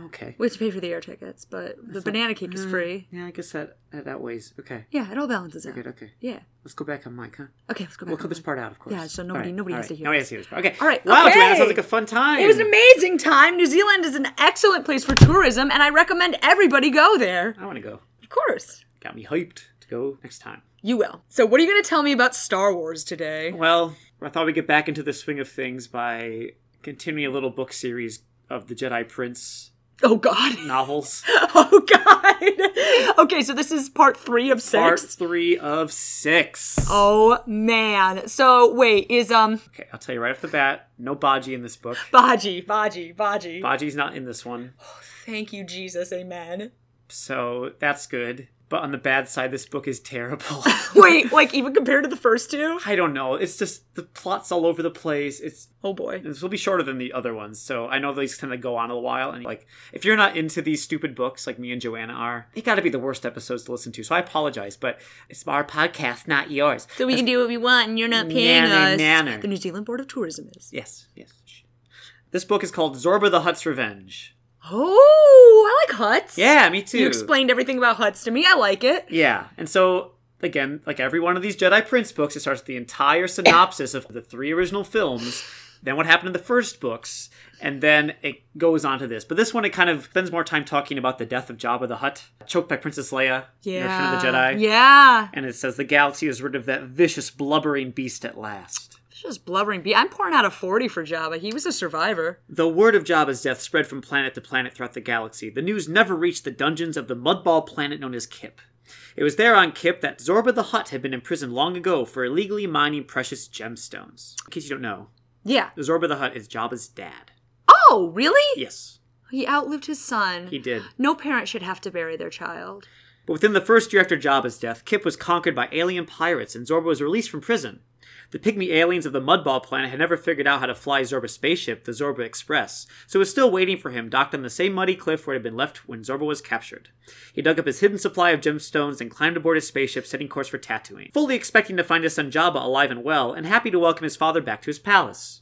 D: okay,
C: We have to pay for the air tickets, but the banana cake is
D: Uh,
C: free.
D: Yeah, I guess that that outweighs. Okay,
C: Yeah, it all balances out.
D: good. Okay,
C: Yeah.
D: let's go back on mic, huh?
C: Okay, let's go back.
D: We'll cut
C: on
D: this
C: that.
D: part out, of course.
C: Yeah, so nobody-
D: Alright,
C: nobody has
D: alright.
C: to hear
D: Nobody
C: this.
D: has to hear this part. Okay.
C: All right,
D: Wow, Joanna, that
C: okay.
D: sounds like a fun time.
C: It was an amazing time. New Zealand is an excellent place for tourism, and I recommend everybody go there.
D: I want to go.
C: Of course,
D: Got me hyped to go next time.
C: you will. So, what are you going to tell me about Star Wars today?
D: Well, I thought we'd get back into the swing of things by continuing a little book series of the Jedi Prince
C: Oh God.
D: novels.
C: Oh god. Okay, so this is part three of (laughs) six.
D: Part three of six.
C: Oh man. So wait, is um
D: Okay, I'll tell you right off the bat, no Baji in this book.
C: Baji, Baji, Baji.
D: Baji's not in this one,
C: Thank you, Jesus, amen.
D: so that's good. But on the bad side, this book is terrible. (laughs)
C: Wait, like even compared to the first two?
D: I don't know. It's just the plot's all over the place. It's
C: Oh boy.
D: this will be shorter than the other ones, so I know these tend to go on a while. And like, if you're not into these stupid books like me and Joanna are, it got to be the worst episodes to listen to. So I apologize, but it's our podcast, not yours.
C: So we can do what we want and you're not
D: paying Nanner, us. nanner.
C: The New Zealand Board of Tourism is.
D: Yes, yes. This book is called Zorba the Hutt's Revenge.
C: Oh, I like huts.
D: Yeah, me too.
C: You explained everything about huts to me. I like it.
D: Yeah, and so again, like every one of these Jedi Prince books, it starts with the entire synopsis of the three original films, then what happened in the first books, and then it goes on to this. But this one, it kind of spends more time talking about the death of Jabba the Hutt, choked by Princess Leia, in Return
C: Yeah.
D: of the Jedi.
C: Yeah.
D: And it says the galaxy is rid of that vicious blubbering beast at last.
C: It's just blubbering. Be- I'm pouring out a 40 for Jabba. He was a survivor.
D: The word of Jabba's death spread from planet to planet throughout the galaxy. The news never reached the dungeons of the mudball planet known as Kip. It was there on Kip that Zorba the Hutt had been imprisoned long ago for illegally mining precious gemstones. In case you don't know,
C: Yeah.
D: Zorba the Hutt is Jabba's dad.
C: Oh, really?
D: Yes,
C: He outlived his son.
D: he did.
C: No parent should have to bury their child.
D: But within the first year after Jabba's death, Kip was conquered by alien pirates and Zorba was released from prison. The pygmy aliens of the Mudball planet had never figured out how to fly Zorba's spaceship, the Zorba Express, so was still waiting for him, docked on the same muddy cliff where it had been left when Zorba was captured. He dug up his hidden supply of gemstones and climbed aboard his spaceship, setting course for Tatooine, fully expecting to find his son Jabba alive and well, and happy to welcome his father back to his palace.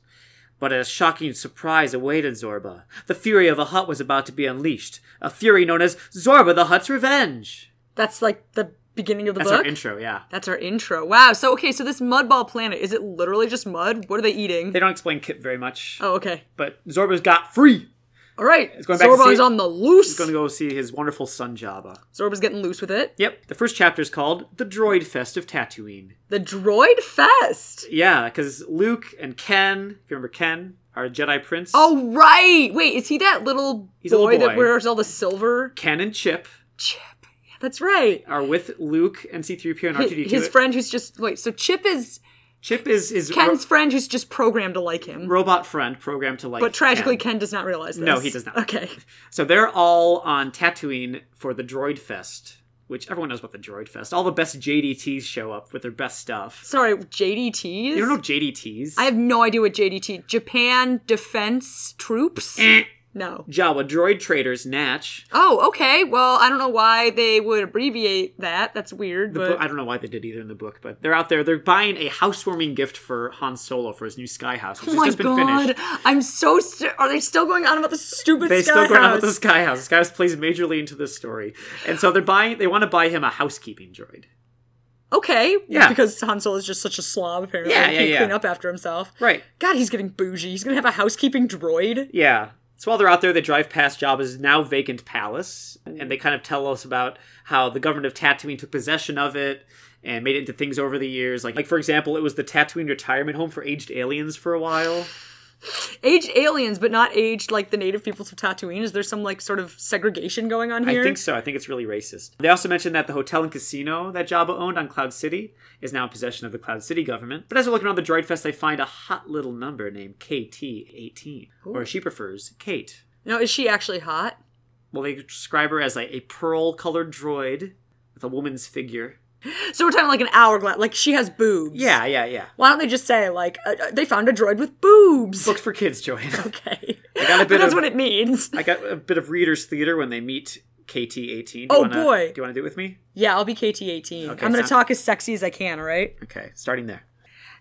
D: But a shocking surprise awaited Zorba. The fury of the Hutt was about to be unleashed, a fury known as Zorba the Hutt's Revenge.
C: That's like the beginning of the
D: That's
C: book.
D: our intro, yeah.
C: That's our intro. Wow. So, okay, so this mudball planet, is it literally just mud? What are they eating?
D: They don't explain Kip very much,
C: oh, okay.
D: but Zorba's got free.
C: All right.
D: going back to
C: Zorba's
D: see-
C: on the loose.
D: He's gonna go see his wonderful son Jabba.
C: Zorba's getting loose with it.
D: Yep, the first chapter is called "The Droid Fest of Tatooine."
C: The droid fest.
D: Yeah, because Luke and Ken, if you remember Ken, our Jedi Prince.
C: Oh, right. Wait, is he that little
D: a
C: boy,
D: little boy.
C: that wears all the silver
D: Ken and Chip
C: chip? Yeah, that's right.
D: are with Luke and C-3PO and
C: Hi-
D: R2D2.
C: His friend who's just. Wait, so Chip is
D: Chip is his ro-
C: Ken's friend who's just programmed to like him.
D: robot friend programmed to like.
C: but tragically,
D: Ken.
C: Ken. does not realize this.
D: No, he does not.
C: Okay.
D: So they're all on Tatooine for the Droid Fest, which everyone knows about the Droid Fest. All the best JDTs show up with their best stuff.
C: Sorry, JDTs?
D: You don't know JDTs?
C: I have no idea what JDT. Japan Defense Troops?
D: Eh.
C: no.
D: Jawa droid traders Natch.
C: Oh, okay. Well, I don't know why they would abbreviate that. That's weird,
D: But
C: but
D: I don't know why they did either in the book, but they're out there. They're buying a housewarming gift for Han Solo for his new sky house, which
C: Oh
D: has
C: my
D: just been
C: god!
D: finished.
C: I'm so. St- are they still going on about the stupid
D: They
C: sky
D: still go on
C: house?
D: with the sky house. The sky house plays majorly into this story, and so they're buying. They want to buy him a housekeeping droid.
C: Okay,
D: Yeah.
C: Because Hansel is just such a slob. Apparently,
D: Yeah,
C: he
D: yeah,
C: can't
D: yeah.
C: clean up after himself.
D: Right.
C: God, he's getting bougie. He's gonna have a housekeeping droid.
D: Yeah. So while they're out there, they drive past Jabba's now vacant palace, and they kind of tell us about how the government of Tatooine took possession of it and made it into things over the years. Like, like for example, it was the Tatooine retirement home for aged aliens for a while.
C: Aged aliens, but not aged like the native peoples of Tatooine. Is there some like sort of segregation going on here?
D: I think so. I think it's really racist. They also mentioned that the hotel and casino that Jabba owned on Cloud City is now in possession of the Cloud City government. But as they're looking around the Droid Fest, they find a hot little number named KT18, or as she prefers, Kate.
C: Now, is she actually hot?
D: Well, they describe her as like a pearl-colored droid with a woman's figure.
C: So we're talking like an hourglass. Like she has boobs.
D: Yeah, yeah, yeah.
C: Why don't they just say like uh, uh, they found a droid with boobs?
D: Books for kids, Joanna.
C: (laughs) Okay.
D: got a
C: But
D: bit
C: that's
D: of-
C: what it means.
D: I got a bit of readers' theater when they meet KT18. Do you
C: Oh,
D: wanna-
C: boy.
D: Do you want to do it with me?
C: Yeah, I'll be KT18.
D: Okay,
C: I'm going to
D: so-
C: talk as sexy as I can, all right?
D: Okay, starting there.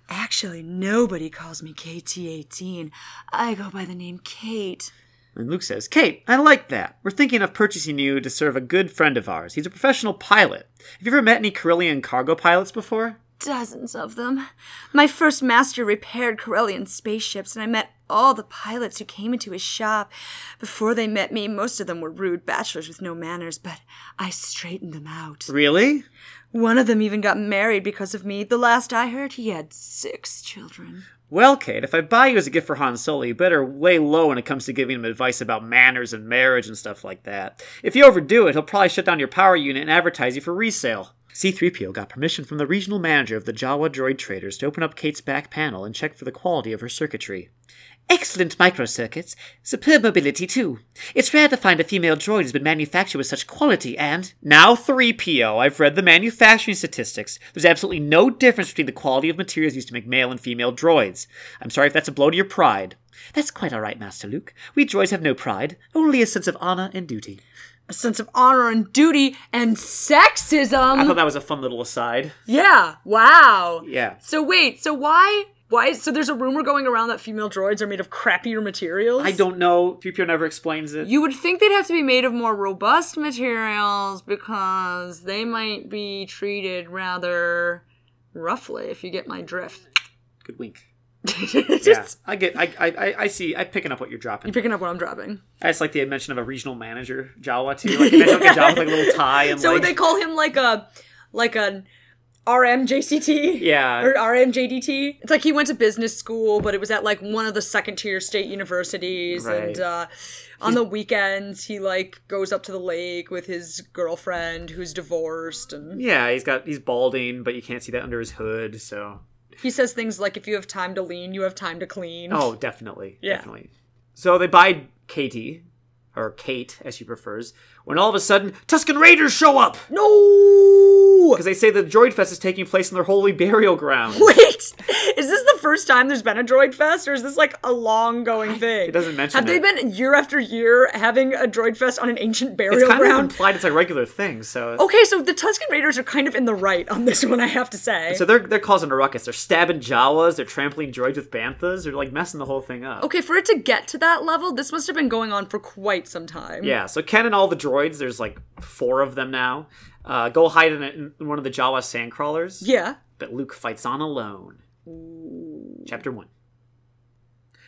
C: Actually, nobody calls me KT18. I go by the name Kate.
D: And Luke says, Kate, I like that. We're thinking of purchasing you to serve a good friend of ours. He's a professional pilot. Have you ever met any Carillion cargo pilots before?
C: Dozens of them. My first master repaired Corellian spaceships, and I met all the pilots who came into his shop. Before they met me, most of them were rude bachelors with no manners, but I straightened them out.
D: Really?
C: One of them even got married because of me. The last I heard, he had six children.
D: Well, Kate, if I buy you as a gift for Han Solo, you better lay low when it comes to giving him advice about manners and marriage and stuff like that. If you overdo it, he'll probably shut down your power unit and advertise you for resale. C3PO got permission from the regional manager of the Jawa droid traders to open up Kate's back panel and check for the quality of her circuitry. Excellent microcircuits, superb mobility too. It's rare to find a female droid who's been manufactured with such quality and. Now 3PO, I've read the manufacturing statistics. There's absolutely no difference between the quality of materials used to make male and female droids. I'm sorry if that's a blow to your pride. That's quite alright, Master Luke. We droids have no pride, only a sense of honor and duty.
C: a sense of honor and duty and sexism.
D: that was a fun little aside.
C: yeah. Wow.
D: Yeah.
C: So wait, so why Why? So there's a rumor going around that female droids are made of crappier materials.
D: I don't know. 3PO never explains it.
C: You would think they'd have to be made of more robust materials because they might be treated rather roughly, if you get my drift. (laughs)
D: Good wink.
C: Just
D: Yeah, I get. I, I I- I see. I'm picking up what you're dropping.
C: you picking up what I'm dropping.
D: I just like the mention of a regional manager Jawa too. Like imagine like a Jawa with like a little tie
C: (laughs)
D: and
C: So
D: like
C: would they call him like a like an RMJCT?
D: Yeah.
C: Or RMJDT? It's like he went to business school, but it was at like one of the second tier state universities.
D: Right.
C: And uh, on the weekends, he like goes up to the lake with his girlfriend who's divorced. And
D: yeah, he's got he's balding, but you can't see that under his hood. So
C: he says things like, if you have time to lean, you have time to clean. (laughs)
D: oh, definitely,
C: Yeah.
D: definitely. So they buy Katie or Kate as she prefers. When all of a sudden Tuscan Raiders show up
C: No!
D: because they say the Droid Fest is taking place in their holy burial ground.
C: (laughs) Wait, is this the first time there's been a droid fest, or is this like a long going thing? It
D: doesn't mention
C: Have they
D: it.
C: been year after year having a droid fest on an ancient
D: It's
C: burial
D: kind of
C: ground?
D: implied it's a regular thing. So
C: okay, so the Tuscan Raiders are kind of in the right on this (laughs) one, I have to say.
D: So they're they're causing a ruckus. They're stabbing Jawas. They're trampling droids with banthas. They're like messing the whole thing up.
C: okay, for it to get to that level, this must have been going on for quite some time.
D: Yeah. So Ken and all the droids. There's like four of them now. Uh, go hide in, a, in one of the Jawa sand crawlers.
C: Yeah.
D: But Luke fights on alone. Chapter one.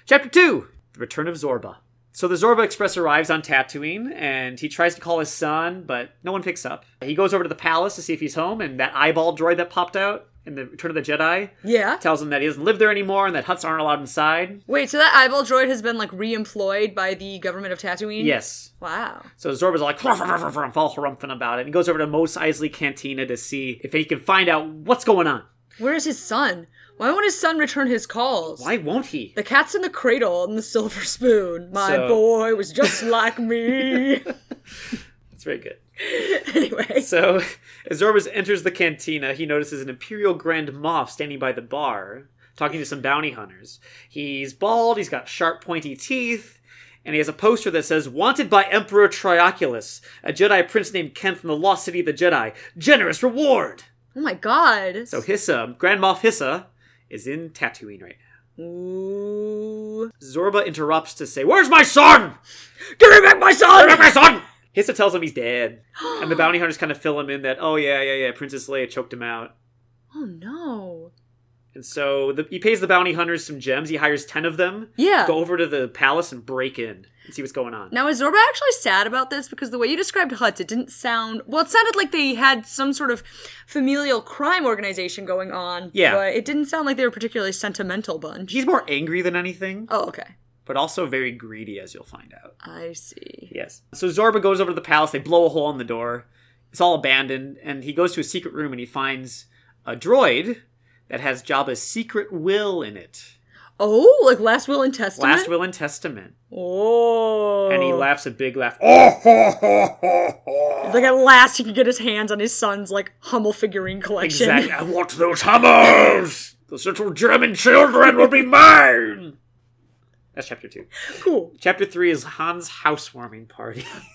D: Chapter two. The Return of Zorba. So the Zorba Express arrives on Tatooine, and he tries to call his son, but no one picks up. He goes over to the palace to see if he's home, and that eyeball droid that popped out in the Return of the Jedi
C: Yeah.
D: tells him that he doesn't live there anymore and that huts aren't allowed inside.
C: Wait, so that eyeball droid has been like re-employed by the government of Tatooine?
D: Yes.
C: Wow.
D: So Zorba's all like, "Ruff, ruff, ruff, ruff," all harrumphin about it. And he goes over to Mos Eisley Cantina to see if he can find out what's going on.
C: Where is his son? Why won't his son return his calls?
D: Why won't he?
C: The cat's in the cradle and the silver spoon. My
D: So-
C: boy was just like
D: (laughs)
C: me.
D: That's very good. (laughs)
C: anyway,
D: So (laughs) as Zorba enters the cantina, he notices an Imperial Grand Moff standing by the bar, talking to some bounty hunters. He's bald, he's got sharp pointy teeth, and he has a poster that says, Wanted by Emperor Trioculus, a Jedi prince named Ken from the Lost City of the Jedi. Generous reward!
C: oh my god.
D: So Hissa, Grand Moff Hissa, is in Tatooine right now.
C: Ooh.
D: Zorba interrupts to say, "Where's my son?
C: Give me back my
D: Where's
C: son!
D: my son?" (gasps) Hissa tells him he's dead, and (gasps) the bounty hunters kind of fill him in that, "Oh yeah, yeah, yeah, Princess Leia choked him out."
C: Oh no.
D: And so the, he pays the bounty hunters some gems. He hires ten of them.
C: Yeah.
D: Go over to the palace and break in and see what's going on.
C: Now is Zorba actually sad about this? Because the way you described huts, it didn't sound well, it sounded like they had some sort of familial crime organization going on.
D: Yeah.
C: But it didn't sound like they were a particularly sentimental bunch.
D: He's more angry than anything,
C: Oh, okay.
D: but also very greedy, as you'll find out.
C: I see.
D: Yes. So Zorba goes over to the palace. They blow a hole in the door. It's all abandoned, and he goes to a secret room and he finds a droid that has Jabba's secret will in it.
C: Oh, like last will and testament.
D: Last will and testament.
C: Oh.
D: And he laughs a big laugh. Oh,
C: It's like at last he could get his hands on his son's like Hummel figurine collection.
D: exactly. I want those
A: Hummers!
D: those little German children will be mine. That's chapter two.
C: (laughs) cool.
D: Chapter three is Han's housewarming party. (laughs)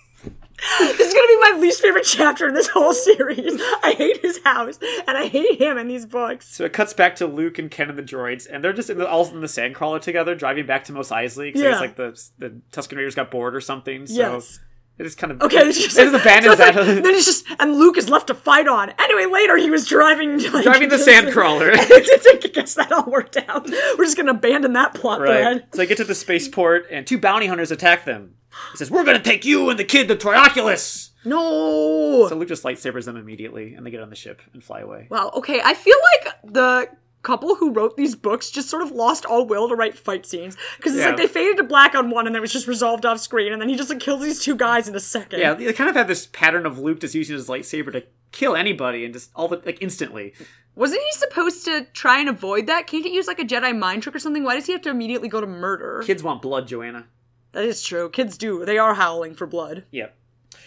C: This is gonna be my least favorite chapter in this whole series. (laughs) I hate his house and I hate him in these books.
D: So it cuts back to Luke and Ken and the droids, and they're just in the, all in the sandcrawler together, driving back to Mos Eisley because
C: Yeah.
D: like the the Tusken Raiders got bored or something. So
C: Yes.
D: it is kind of
C: Okay,
D: It
C: it's
D: just
C: just, (laughs)
D: abandons
C: so it's like-
D: that
C: then it's just and Luke is left to fight on. Anyway, later he was driving like,
D: (laughs) driving
C: (laughs)
D: the sandcrawler.
C: I guess that all worked out. We're just gonna abandon that plot
D: Right.
C: thread.
D: So they get to the spaceport, and two bounty hunters attack them. He says, "We're gonna take you and the kid to Trioculus."
C: No.
D: So Luke just lightsabers them immediately, and they get on the ship and fly away.
C: Wow. Okay. I feel like the couple who wrote these books just sort of lost all will to write fight scenes because it's
D: Yeah.
C: like they faded to black on one and then it was just resolved off screen and then he just like kills these two guys in a second.
D: Yeah, they kind of have this pattern of Luke just using his lightsaber to kill anybody and just all the like instantly.
C: Wasn't he supposed to try and avoid that? Can't he use like a Jedi mind trick or something? Why does he have to immediately go to murder?
D: Kids want blood, Joanna.
C: That is true. Kids do. They are howling for blood.
D: Yep.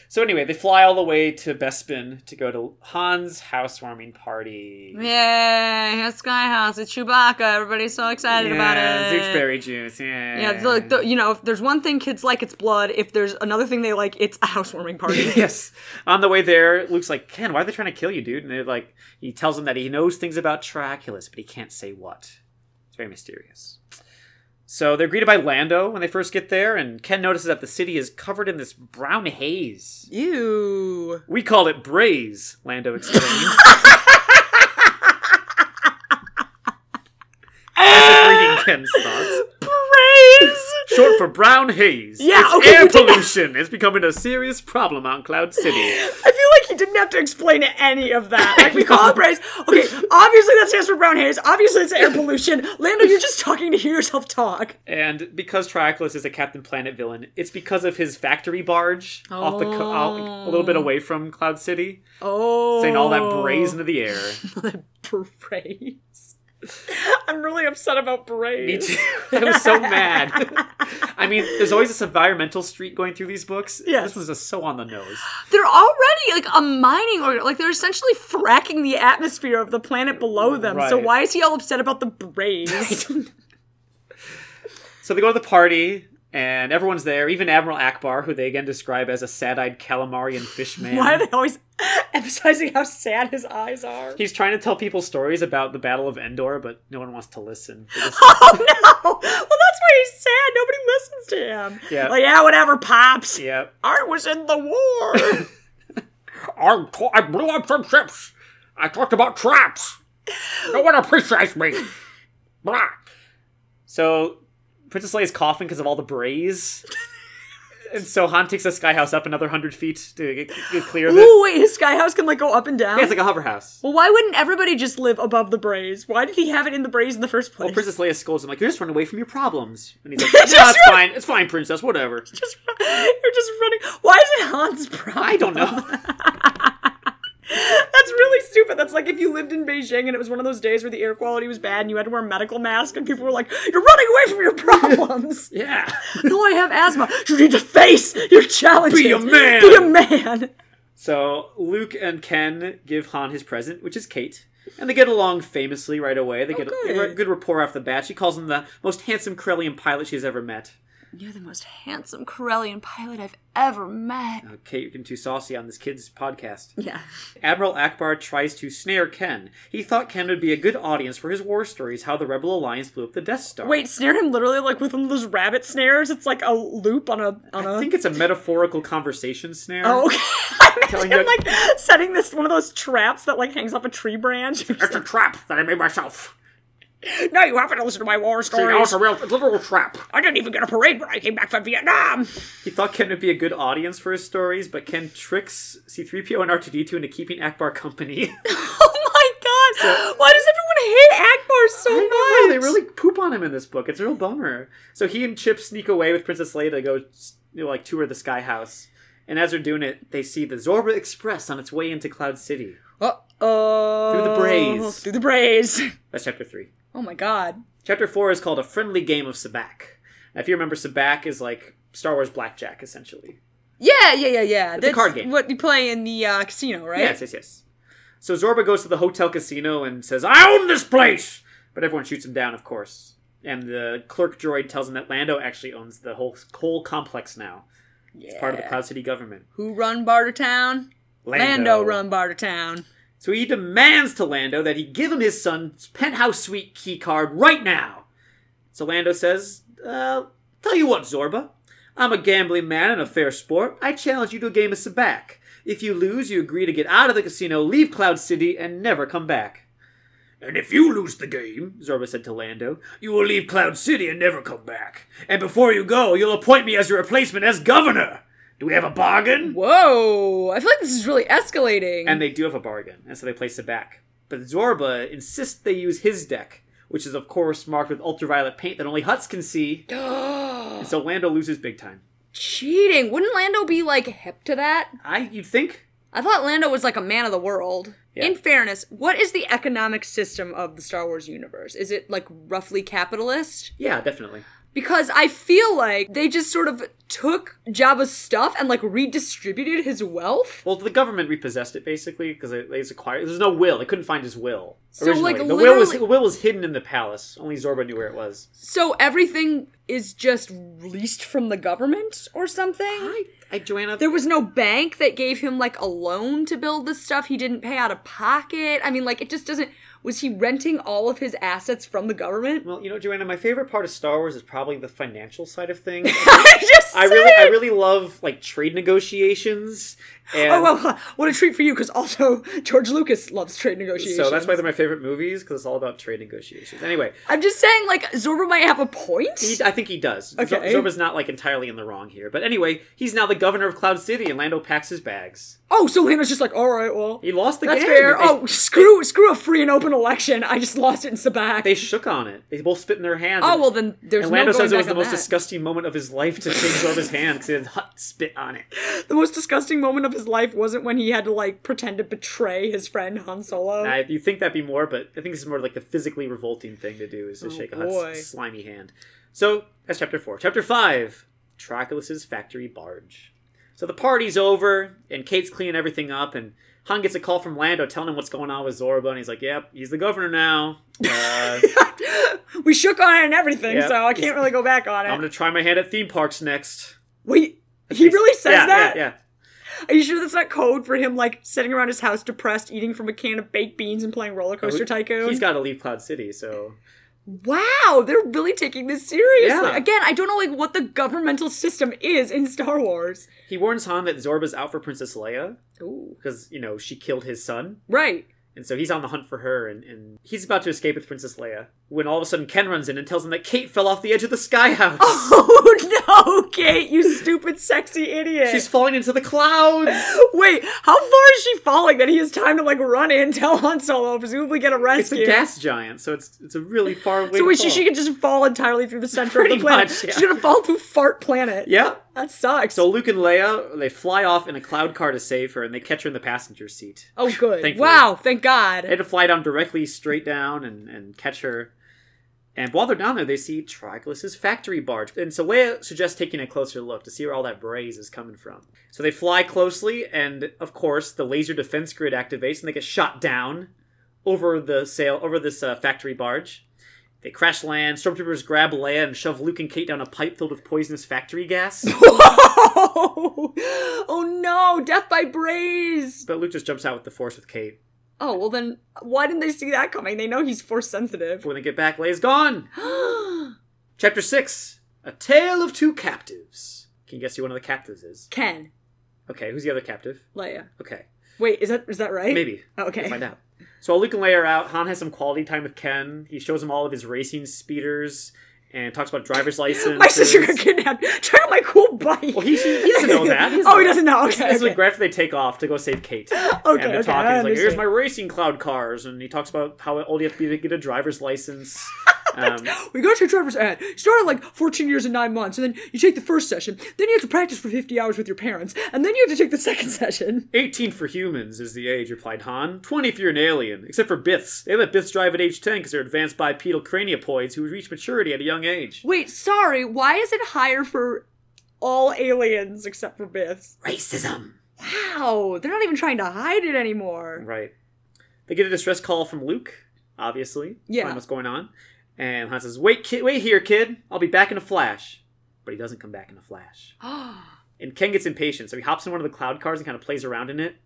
D: So anyway, they fly all the way to Bespin to go to Han's housewarming party.
C: Yay! It's Sky House. It's Chewbacca. Everybody's so excited
D: Yeah, Zeke's berry juice. Yeah.
C: Yeah, it's like the, you know, if there's one thing kids like, it's blood. If there's another thing they like, it's a housewarming
D: (laughs)
C: party.
D: yes. On the way there, Luke's like, Ken, why are they trying to kill you, dude? And they're like, he tells him that he knows things about Trioculus, but he can't say what. It's very mysterious. So they're greeted by Lando when they first get there, and Ken notices that the city is covered in this brown haze.
C: Ew.
D: We call it braze,
C: (laughs)
D: Lando explains. Reading Ken's thoughts.
C: Praise!
D: Short for brown haze.
C: Yeah,
D: Its
C: okay,
D: air
C: we did that.
D: pollution is becoming a serious problem on Cloud
C: (laughs)
D: City.
C: I feel like he didn't have to explain any of that. Like we call it praise. Okay, obviously that stands for brown haze. Obviously it's air pollution. Lando, you're just talking to hear yourself talk.
D: And because Trioculus is a Captain Planet villain, it's because of his factory barge off the co- out, a little bit away from Cloud City,
C: Oh,
D: saying all that
C: (laughs)
D: brays into the air.
C: Praise. I'm really upset about praise.
D: Me (laughs) too. I was so mad. I mean, there's always this environmental streak going through these books.
C: Yes.
D: This one's just so on the nose.
C: They're already like a mining or like they're essentially fracking the atmosphere of the planet below them. So
D: Right.
C: why is he all upset about the
D: (laughs)
C: braise?
D: So they go to the party, and everyone's there, even Admiral Akbar, who they again describe as a sad eyed calamarian
C: (laughs)
D: fish man.
C: why are they always emphasizing how sad his eyes are?
D: He's trying to tell people stories about the Battle of Endor, but no one wants to listen. They just- (laughs)
C: Oh no! Well, that's why he's sad. Nobody listens to him.
D: Yeah.
C: Like, yeah, whatever, pops.
D: yeah.
C: Art was in the
D: (laughs)
C: war.
E: I, ta- I blew up some ships. I talked about traps. No one appreciates me. Blah.
D: So Princess Leia's coughing because of all the brays. and so Han takes the sky house up another hundred feet to get, get clear of it.
C: Ooh, wait, his sky house can like go up and down.
D: Yeah, it's like a hover house.
C: well, why wouldn't everybody just live above the braze? Why did he have it in the braze in the first place?
D: Well, Princess Leia scolds him like, "You're just running away from your problems," and (laughs) he's like,
C: Just
D: "No, it's
C: run-
D: fine. It's fine, Princess. (laughs) Whatever.
C: (laughs) just, you're just running. Why is it Han's problem?
D: I don't know."
C: That's really stupid. That's like if you lived in Beijing and it was one of those days where the air quality was bad and you had to wear a medical mask and people were like, "You're running away from your problems."
D: (laughs) yeah.
C: no, I have asthma. You need to face your challenges.
D: Be a man.
C: Be a man.
D: So Luke and Ken give Han his present, which is Kate. And they get along famously right away. They get a-
C: good.
D: they get a good rapport off the bat. She calls him the most handsome Corellian pilot she's ever met.
C: You're the most handsome Corellian pilot I've ever met.
D: Uh, Kate, you're getting too saucy on this kid's podcast.
C: Yeah.
D: Admiral Akbar tries to snare Ken. He thought Ken would be a good audience for his war stories, how the Rebel Alliance blew up the Death Star.
C: Wait, snare him literally like with one of those rabbit snares. It's like a loop on a on a. (laughs)
D: I (laughs) think it's a metaphorical conversation snare.
C: Oh, okay. I
D: Telling
C: imagine
D: you-
C: like setting this one of those traps that like hangs off a tree branch. (laughs)
E: It's a trap that I made myself.
C: no, you haven't listened to my war
E: See, now it's
C: stories.
E: a real, it's a literal trap.
C: I didn't even get a parade when I came back from
D: (laughs)
C: Vietnam. (laughs)
D: He thought Ken would be a good audience for his stories, but Ken tricks C3PO and R2D2 into keeping Akbar company. (laughs)
C: Oh my god! Why does everyone hate Akbar so
D: I know,
C: much?
D: they really poop on him in this book. It's a real bummer. So he and Chip sneak away with Princess Leia to go you know, like tour the Sky House. And as they're doing it, they see the Zorba Express on its way into Cloud City.
C: Uh,
D: Through the braise.
C: Through the braise.
D: That's chapter three.
C: (laughs) Oh my god.
D: Chapter four is called A Friendly Game of Sabacc. Now, if you remember, Sabacc is like Star Wars blackjack, essentially.
C: Yeah, yeah, yeah, yeah. It's
D: a card game.
C: What you play in the uh, casino, right?
D: Yes, yes, yes. So Zorba goes to the hotel casino and says, I own this place! But everyone shoots him down, of course. And the clerk droid tells him that Lando actually owns the whole whole complex now. It's part of the Cloud City government.
C: Who run Bartertown? Lando run Bartertown.
D: So he demands to Lando that he give him his son's penthouse suite key card right now. So Lando says, uh, tell you what, Zorba. I'm a gambling man and a fair sport. I challenge you to a game of sabacc. If you lose, you agree to get out of the casino, leave Cloud City, and never come back.
E: And if you lose the game,
D: Zorba said to Lando,
E: you will leave Cloud City and never come back. And before you go, you'll appoint me as your replacement as governor. Do we have a bargain?
C: Whoa! I feel like this is really escalating.
D: And they do have a bargain, and so they place it back. But Zorba insists they use his deck, which is, of course, marked with ultraviolet paint that only Huts can
C: (gasps)
D: see. and so Lando loses big time.
C: cheating. Wouldn't Lando be like hip to that?
D: I, you'd think?
C: I thought Lando was like a man of the world.
D: Yeah.
C: In fairness, what is the economic system of the Star Wars universe? Is it like roughly capitalist?
D: Yeah, definitely.
C: Because I feel like they just sort of took Jabba's stuff and like redistributed his wealth.
D: Well, the government repossessed it basically because it, it's acquired. There's no will. They couldn't find his will.
C: So, like,
D: originally. the will was the
C: literally-
D: will was hidden in the palace. Only Zorba knew where it was.
C: So everything is just leased from the government or something.
D: I, I Joanna.
C: There was no bank that gave him like a loan to build this stuff. He didn't pay out of pocket. I mean, like it just doesn't. Was he renting all of his assets from the government?
D: well, you know, Joanna, my favorite part of Star Wars is probably the financial side of things.
C: (laughs) I just
D: I
C: said
D: really, I
C: it!
D: really love like trade negotiations. And
C: Oh well, what a treat for you because also (laughs) George Lucas loves trade negotiations.
D: so that's why they're my favorite movies because it's all about trade negotiations. Anyway,
C: I'm just saying, like Zorba might have a point.
D: He, I think he does. Okay.
C: Okay.
D: Zorba's not like entirely in the wrong here. But anyway, he's now the governor of Cloud City, and Lando packs his bags.
C: Oh, so Lana's just like, all right, well,
D: He lost the
C: that's
D: game.
C: fair.
D: They-
C: oh, screw screw a free and open election. I just lost it in Sabak.
D: They shook on it. They both spit in their hands.
C: oh
D: and-
C: well, then there's
D: And Lando
C: no going
D: says it was
C: back
D: the
C: on
D: most
C: that.
D: disgusting moment of his life to take Zorba's hand because he had hot spit on it.
C: The most disgusting moment of his life wasn't when he had to like pretend to betray his friend Han Solo.
D: I, you think that'd be more, but I think this is more like the physically revolting thing to do is to shake a
C: Oh, boy.
D: hot, s- slimy hand. So that's chapter four. Chapter five: Trioculus's factory barge. So the party's over, and Kate's cleaning everything up, and Han gets a call from Lando telling him what's going on with Zorba, and he's like, "Yep, he's the governor now. Uh,
C: we shook on it and everything,
D: Yeah.
C: so I can't really go back on it.
D: I'm gonna try my hand at theme parks next."
C: Wait, he really says
D: yeah,
C: that?
D: Yeah, yeah.
C: Are you sure that's not code for him like sitting around his house depressed, eating from a can of baked beans and playing Roller Coaster Tycoon?
D: Oh, He's got to leave Cloud City, so
C: wow, they're really taking this seriously.
D: Yeah.
C: Again, I don't know like what the governmental system is in Star Wars.
D: he warns Han that Zorba's out for Princess Leia
C: Ooh.
D: because you know she killed his son.
C: Right. (laughs)
D: And so he's on the hunt for her, and, and he's about to escape with Princess Leia when all of a sudden Ken runs in and tells him that Kate fell off the edge of the sky house.
C: Oh no, Kate, you stupid sexy idiot.
D: She's falling into the clouds.
C: (laughs) Wait, how far is she falling that he has time to like run in, tell Han Solo, presumably get
D: It's
C: arrested?
D: a gas giant, so it's it's a really far way.
C: So
D: to
C: wait, she,
D: fall.
C: she could just fall entirely through the center of the
D: Pretty
C: planet.
D: much, yeah.
C: She's gonna fall through fart planet.
D: yeah.
C: That sucks.
D: So Luke and Leia they fly off in a cloud car to save her, and they catch her in the passenger seat.
C: oh good.
D: Thankfully.
C: Wow, thank God.
D: They had to fly down directly straight down and, and catch her. And while they're down there, they see Trioculus's factory barge. And so Leia suggests taking a closer look to see where all that braze is coming from. So they fly closely, and of course, the laser defense grid activates, and they get shot down over the sail over this uh, factory barge. They crash land. Stormtroopers grab Leia and shove Luke and Kate down a pipe filled with poisonous factory gas.
C: Whoa! (laughs) Oh no, death by braze.
D: but Luke just jumps out with the Force with Kate.
C: Oh well then why didn't they see that coming? They know he's force sensitive.
D: When they get back, Leia's gone. Chapter 6 A Tale of Two Captives. Can you guess who one of the captives is?
C: (gasps) Ken,
D: Okay, who's the other captive?
C: Leia.
D: Okay,
C: Wait, is that is that right? Oh,
D: maybe.
C: Okay.
D: We'll find out. So while Luke and Leia are out, Han has some quality time with Ken. He shows him all of his racing speeders and talks about driver's
C: (laughs)
D: license.
C: My sister got kidnapped. Try out my cool bike.
D: Well, he, he
C: (laughs)
D: doesn't know that.
C: oh, he doesn't know.
D: This,
C: Okay,
D: this is
C: okay.
D: like right after they take off to go save Kate. Okay,
C: (laughs) Okay,
D: and they're
C: okay,
D: talking.
C: I
D: He's like, "Here's
C: understand.
D: my racing cloud cars," and he talks about how old you have to be to get a driver's license. Um,
C: We go to a driver's ad. You start at like 14 years and nine months, and then you take the first session. Then you have to practice for 50 hours with your parents, and then you have to take the second (laughs) session.
D: 18 for humans is the age, replied Han. 20 if you're an alien, except for Biths. They let Biths drive at age 10 because they're advanced bipedal craniopoids who reach maturity at a young age.
C: Wait, sorry. Why is it higher for all aliens except for Biffs?
D: Racism!
C: Wow, they're not even trying to hide it (gasps) anymore.
D: Right. They get a distress call from Luke, obviously.
C: Yeah.
D: find What's going on? And Han says, Wait, kid, wait here, kid. I'll be back in a flash. But he doesn't come back in a flash. and Ken gets impatient, so he hops in one of the cloud cars and kind of plays around in it.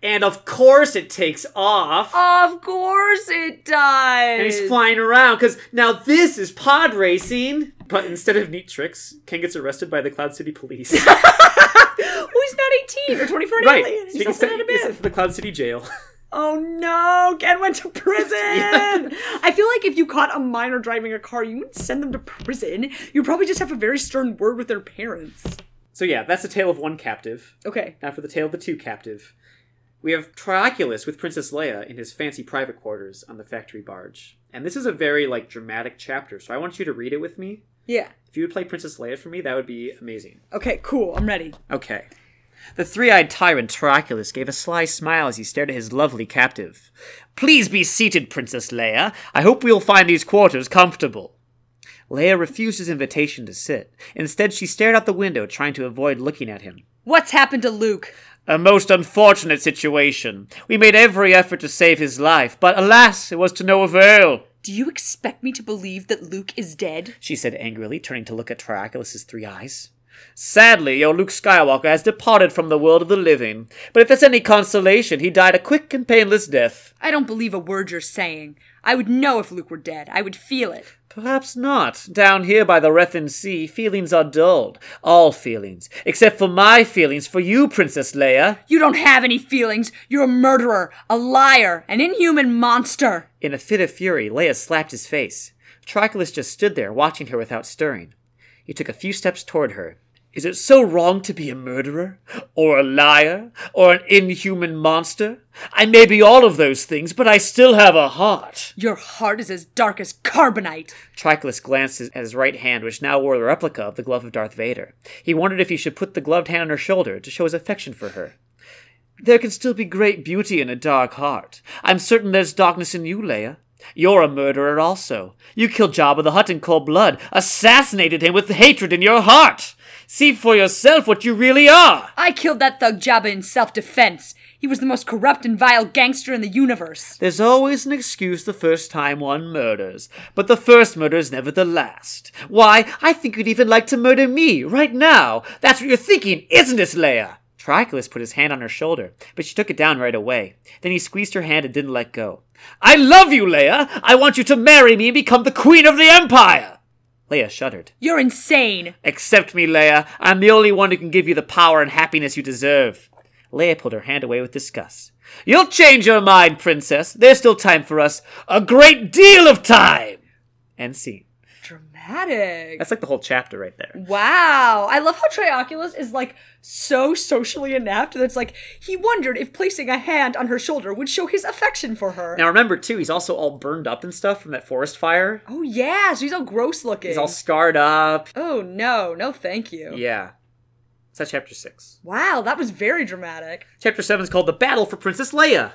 D: And of course it takes off.
C: Of course it does.
D: and he's flying around because now this is pod racing. But instead of neat tricks, Ken gets arrested by the Cloud City police.
C: Well, Oh, he's not 18 or 20 for an
D: right,
C: alien. He's
D: he gets
C: not out
D: sent
C: of
D: he's
C: bed.
D: sent to the Cloud City jail. (laughs)
C: Oh no, Ken went to prison. (laughs) I feel like if you caught a minor driving a car, you wouldn't send them to prison. You'd probably just have a very stern word with their parents.
D: so yeah, that's the tale of one captive.
C: Okay.
D: Now for the tale of the two captive. We have Trioculus with Princess Leia in his fancy private quarters on the factory barge. And this is a very like dramatic chapter, so I want you to read it with me.
C: Yeah.
D: If you would play Princess Leia for me, that would be amazing.
C: Okay, cool. I'm ready.
D: Okay. The three eyed tyrant Taraculus gave a sly smile as he stared at his lovely captive. Please be seated, Princess Leia. I hope we'll find these quarters comfortable. Leia refused his invitation to sit. Instead, she stared out the window, trying to avoid looking at him.
C: What's happened to Luke?
D: A most unfortunate situation. We made every effort to save his life, but alas, it was to no avail.
C: Do you expect me to believe that Luke is dead?
D: she said angrily, turning to look at Terraculus's three eyes. Sadly, your Luke Skywalker has departed from the world of the living, but if it's any consolation, he died a quick and painless death.
C: I don't believe a word you're saying. I would know if Luke were dead. I would feel it.
D: Perhaps not. Down here by the Rethan Sea, feelings are dulled. All feelings. Except for my feelings for you, Princess Leia.
C: You don't have any feelings. You're a murderer, a liar, an inhuman monster.
D: In a fit of fury, Leia slapped his face. Triclus just stood there, watching her without stirring. He took a few steps toward her. Is it so wrong to be a murderer? Or a liar? Or an inhuman monster? I may be all of those things, but I still have a heart.
C: Your heart is as dark as carbonite.
D: Triclus glanced at his right hand, which now wore the replica of the glove of Darth Vader. He wondered if he should put the gloved hand on her shoulder to show his affection for her. There can still be great beauty in a dark heart. I'm certain there's darkness in you, Leia. You're a murderer also. You killed Jabba the Hutt in cold blood, assassinated him with hatred in your heart. See for yourself what you really are.
C: I killed that thug Jabba in self defense. He was the most corrupt and vile gangster in the universe.
D: There's always an excuse the first time one murders, but the first murder's never the last. Why, I think you'd even like to murder me, right now. That's what you're thinking, isn't it, Leia? Triclus put his hand on her shoulder, but she took it down right away. Then he squeezed her hand and didn't let go. I love you, Leia! I want you to marry me and become the Queen of the Empire! Leia shuddered.
C: You're insane.
D: Accept me, Leia. I'm the only one who can give you the power and happiness you deserve. Leia pulled her hand away with disgust. You'll change your mind, Princess. There's still time for us. A great deal of time! End scene.
C: Dramatic.
D: That's like the whole chapter right there.
C: Wow. I love how Trioculus is like so socially inept that it's like he wondered if placing a hand on her shoulder would show his affection for her.
D: Now remember, too, he's also all burned up and stuff from that forest fire.
C: oh, yeah. She's all gross looking.
D: He's all scarred up.
C: oh, no. No, thank you.
D: Yeah. Is that chapter 6?
C: Wow, that was very dramatic. (laughs)
D: Chapter 7 is called The Battle for Princess Leia.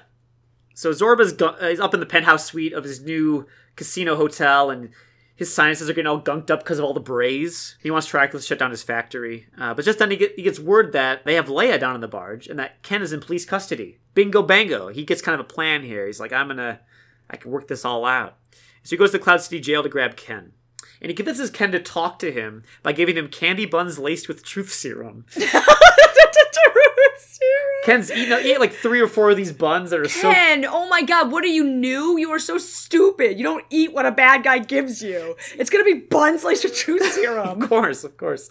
D: So Zorba's gu- uh, is up in the penthouse suite of his new casino hotel, and his sciences are getting all gunked up because of all the brays. He wants Triclus to shut down his factory. Uh, but just then he, get, he gets word that they have Leia down in the barge, and that Ken is in police custody. Bingo bango. He gets kind of a plan here. He's like, I'm going to, I can work this all out. So he goes to Cloud City Jail to grab Ken. And he convinces Ken to talk to him by giving him candy buns laced with truth serum. Ken's eaten, he ate like three or four of these buns that are so
C: Ken, oh my god, what are you new? You are so stupid. You don't eat what a bad guy gives you. It's gonna be buns (laughs) laced with truth serum.
D: (laughs) Of (laughs) course, of course.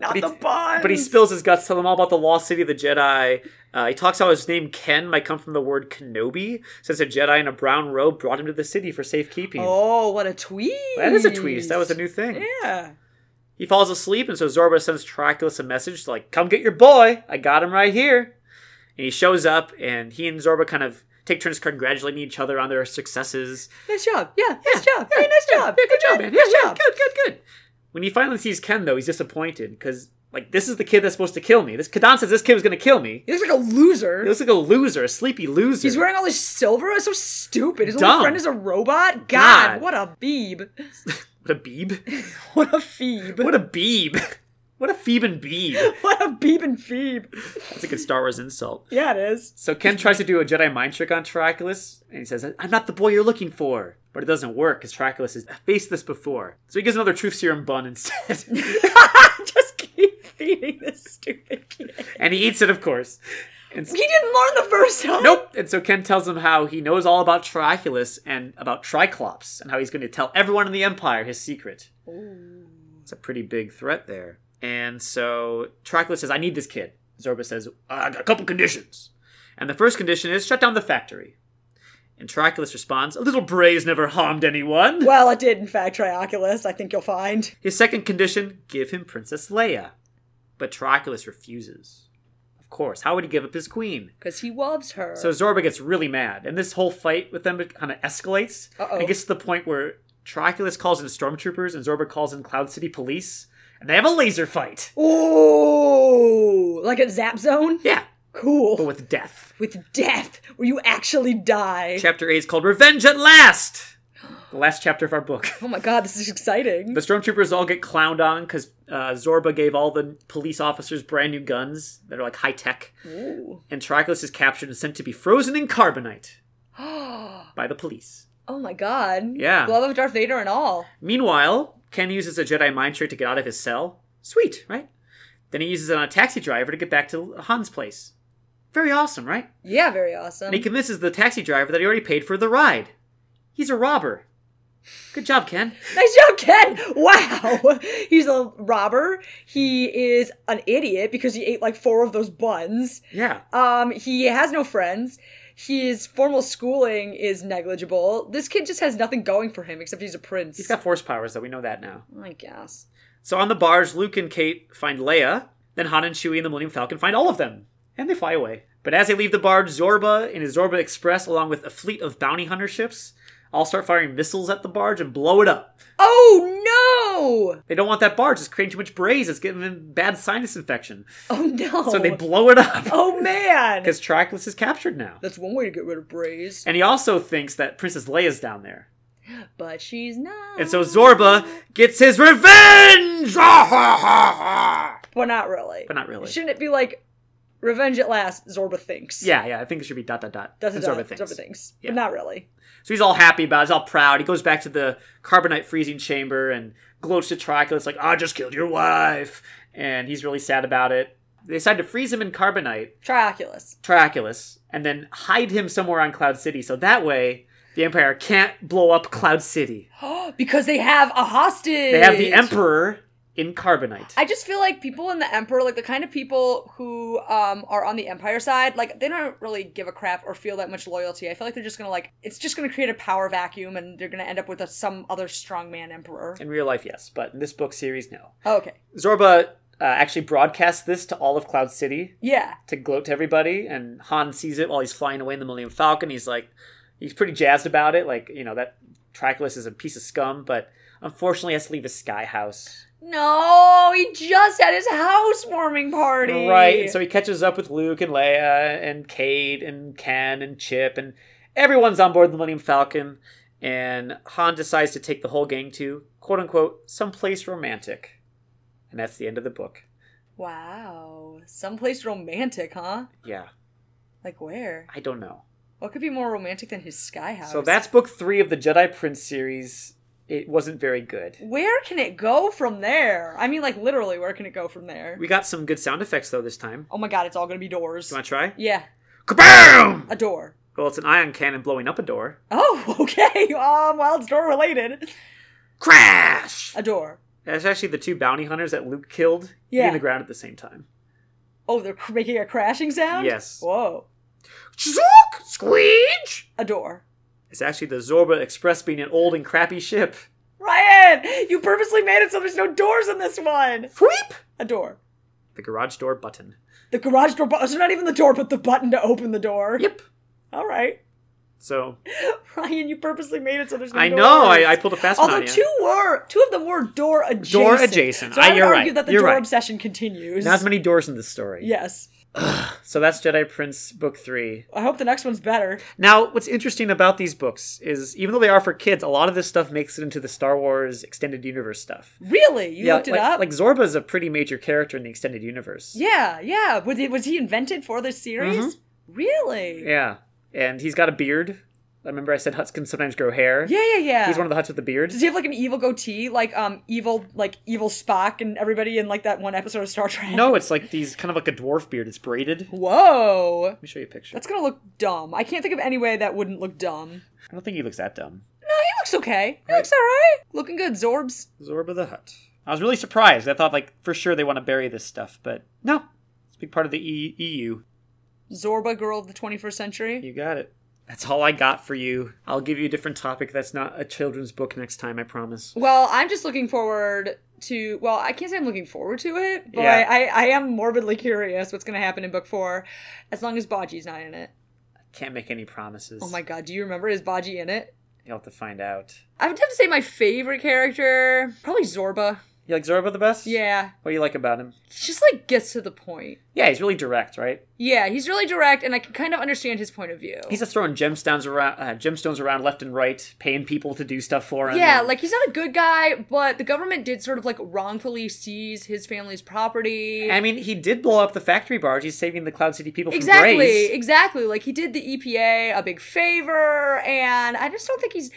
C: not
D: But
C: the
D: he-
C: buns.
D: But he spills his guts, telling them all about the lost city of the Jedi. Uh, he talks how his name Ken might come from the word Kenobi, since a Jedi in a brown robe brought him to the city for safekeeping.
C: Oh, what a tweet.
D: that is a tweet. That was a new thing.
C: Yeah.
D: He falls asleep, and so Zorba sends Trioculus a message like, "Come get your boy. I got him right here." And he shows up, and he and Zorba kind of take turns congratulating each other on their successes.
C: Nice job. Yeah, nice job. hey, nice job.
D: Yeah, good job, man. Yeah,
C: Nice
D: yeah, good, good, good. When he finally sees Ken, though, he's disappointed because, like, this is the kid that's supposed to kill me. This Kadan says this kid was going to kill me.
C: He looks like a loser.
D: He looks like a loser, a sleepy loser.
C: He's wearing all this silver. That's so stupid. His
D: Dumb.
C: only friend is a robot. God,
D: God.
C: what a beeb. (laughs)
D: what a beeb.
C: What a phoebe.
D: What a beeb. (laughs) What a Phoebe and beeb.
C: (laughs) What a beeb and phoebe.
D: That's a good Star Wars insult.
C: Yeah, it
D: (laughs)
C: is. (laughs)
D: So Ken tries to do a Jedi mind trick on Trioculus, and he says, I'm not the boy you're looking for. But it doesn't work, because Trioculus has faced this before. So he gives another truth serum bun instead. (laughs)
C: Just keep feeding this stupid kid.
D: and he eats it, of course. And
C: He didn't learn the first time.
D: Nope. And so Ken tells him how he knows all about Trioculus and about Triclops and how he's going to tell everyone in the Empire his secret. It's a pretty big threat there. And so Trioculus says, I need this kid. Zorba says, I got a couple conditions. And the first condition is shut down the factory. And Trioculus responds, A little bray's never harmed anyone.
C: Well, it did, in fact, Trioculus. I think you'll find.
D: His second condition, give him Princess Leia. But Trioculus refuses. Of course, how would he give up his queen?
C: Because he loves her.
D: So Zorba gets really mad, and this whole fight with them kind of escalates.
C: Uh-oh.
D: And it gets to the point where Trioculus calls in stormtroopers, and Zorba calls in Cloud City police, and they have a laser fight.
C: Ooh! Like a zap zone?
D: Yeah, but
C: Cool.
D: with death.
C: With death, where you actually die.
D: Chapter 8 is called Revenge at Last! The last chapter of our book. (laughs)
C: Oh my god, this is exciting.
D: The stormtroopers all get clowned on because uh, Zorba gave all the police officers brand new guns that are like high tech.
C: Ooh.
D: And Triclus is captured and sent to be frozen in carbonite by the police.
C: Oh my god.
D: Yeah.
C: Glove of Darth Vader and all.
D: Meanwhile, Ken uses a Jedi mind trick to get out of his cell. Sweet, right? Then he uses it on a taxi driver to get back to Han's place. Very awesome, right?
C: Yeah, very awesome.
D: And he convinces the taxi driver that he already paid for the ride. He's a robber. Good job, Ken.
C: Nice job, Ken! Wow! (laughs) He's a robber. He is an idiot because he ate like four of those buns.
D: Yeah.
C: Um, he has no friends. His formal schooling is negligible. This kid just has nothing going for him except he's a prince.
D: He's got force powers, though. We know that now.
C: I guess.
D: So on the barge, Luke and Kate find Leia. Then Han and Chewie and the Millennium Falcon find all of them, and they fly away. But as they leave the barge, Zorba and his Zorba Express, along with a fleet of bounty hunter ships, all start firing missiles at the barge and blow it up.
C: Oh no!
D: They don't want that barge; it's creating too much braze. It's giving them bad sinus infection,
C: Oh no!
D: so they blow it (laughs) up.
C: oh man!
D: Because Triclus is captured now,
C: That's one way to get rid of Braze.
D: and he also thinks that Princess Leia's down there.
C: But she's not.
D: And so Zorba gets his revenge. (laughs) but
C: Well, not really.
D: not really.
C: Shouldn't it be like, revenge at last, Zorba thinks?
D: Yeah, yeah. I think it should be dot dot dot.
C: That's
D: and
C: Zorba,
D: Zorba
C: thinks.
D: thinks.
C: Zorba thinks.
D: Yeah.
C: But not really.
D: So he's all happy about it. He's all proud. He goes back to the carbonite freezing chamber and gloats to Triculus like, "I just killed your wife," and he's really sad about it. They decide to freeze him in carbonite,
C: Trioculus.
D: Trioculus, and then hide him somewhere on Cloud City, so that way the Empire can't blow up Cloud City.
C: (gasps) because they have a hostage.
D: They have the Emperor in carbonite.
C: I just feel like people in the Emperor, like the kind of people who um, are on the Empire side, like they don't really give a crap or feel that much loyalty. I feel like they're just gonna like it's just gonna create a power vacuum, and they're gonna end up with a, some other strongman Emperor. Oh,
D: in real life, yes, but in this book series, no.
C: Okay,
D: Zorba uh, actually broadcasts this to all of Cloud City
C: yeah,
D: to gloat to everybody, and Han sees it while he's flying away in the Millennium Falcon. He's like, he's pretty jazzed about it. Like, you know, that Triclus is a piece of scum, but unfortunately has to leave his sky house.
C: no, he just had his housewarming party,
D: Right. And so he catches up with Luke and Leia and Cade and Ken and Chip, and everyone's on board the Millennium Falcon. And Han decides to take the whole gang to, quote unquote, someplace romantic. And that's the end of the book.
C: wow, someplace romantic, huh?
D: Yeah,
C: Like where?
D: I don't know.
C: What could be more romantic than his sky house?
D: So that's book three of the Jedi Prince series. It wasn't very good.
C: where can it go from there? I mean, like literally, where can it go from there?
D: We got some good sound effects though this time.
C: Oh my god, it's all gonna be doors.
D: You want to try?
C: Yeah,
E: Kabam!
C: a door.
D: Well, it's an ion cannon blowing up a door.
C: Oh, (laughs) okay. Um, well, it's door related.
E: Crash!
C: A door.
D: That's actually the two bounty hunters that Luke killed
C: Yeah.
D: hitting the ground at the same time.
C: Oh, they're cr- making a crashing sound?
D: Yes.
C: Whoa.
E: Zook! Squeege!
C: A door.
D: It's actually the Zorba Express being an old and crappy ship.
C: Ryan, you purposely made it so there's no doors in this one.
D: Sweep!
C: A door.
D: The garage door button.
C: The garage door button. So not even the door, but the button to open the door.
D: Yep.
C: All right. (laughs)
D: So
C: Ryan, you purposely made it so there's no
D: I
C: doors.
D: know I, I pulled a fast one.
C: Although
D: on ya.
C: two were two of them were door adjacent.
D: Door adjacent.
C: So I
D: Ah,
C: would
D: you're
C: argue
D: right.
C: that the
D: You're
C: door
D: right.
C: obsession continues.
D: Not as many doors in this story.
C: yes.
D: So that's Jedi Prince book three.
C: I hope the next one's better.
D: Now, what's interesting about these books is even though they are for kids, a lot of this stuff makes it into the Star Wars extended universe stuff.
C: Really? You looked it
D: like,
C: up?
D: Like Zorba's a pretty major character in the extended universe.
C: Yeah, yeah. Was he, was he invented for this series? Really?
D: Mm-hmm. Yeah. And he's got a beard. I remember I said Huts can sometimes grow hair.
C: yeah, yeah, yeah.
D: He's one of the Huts with the beard.
C: Does he have like an evil goatee, like um evil like evil Spock and everybody in like that one episode of Star Trek?
D: No, it's like these kind of like a dwarf beard. It's braided. Let
C: Whoa.
D: me show you a picture.
C: That's gonna look dumb. I can't think of any way that wouldn't look dumb. No,
D: I don't think he looks that dumb.
C: he looks okay. He looks alright. Looking good, Zorbs.
D: Zorba the Hut. I was really surprised. I thought like for sure they want to bury this stuff, but no. It's a big part of the e- EU.
C: Zorba girl of the twenty first century.
D: You got it. That's all I got for you. I'll give you a different topic that's not a children's book next time, I promise.
C: Well, I'm just looking forward to well, I can't say I'm looking forward to it, but
D: Yeah.
C: I, I am morbidly curious what's gonna happen in book four, as long as Baji's not in it.
D: Can't make any promises.
C: Oh my god, do you remember is Baji in it?
D: You'll have to find out.
C: I would have to say my favorite character, probably Zorba.
D: You like Zorba the best?
C: Yeah.
D: What do you like about him?
C: He just like gets to the point.
D: Yeah, he's really direct, right?
C: Yeah, he's really direct, and I can kind of understand his point of view.
D: He's just throwing gemstones around, uh, gemstones around left and right, paying people to do stuff for him.
C: yeah,
D: and-
C: like he's not a good guy, but the government did sort of like wrongfully seize his family's property.
D: I mean, he did blow up the factory barge. He's saving the Cloud City people from
C: Exactly,
D: Grace.
C: exactly. Like he did the EPA a big favor, and I just don't think he's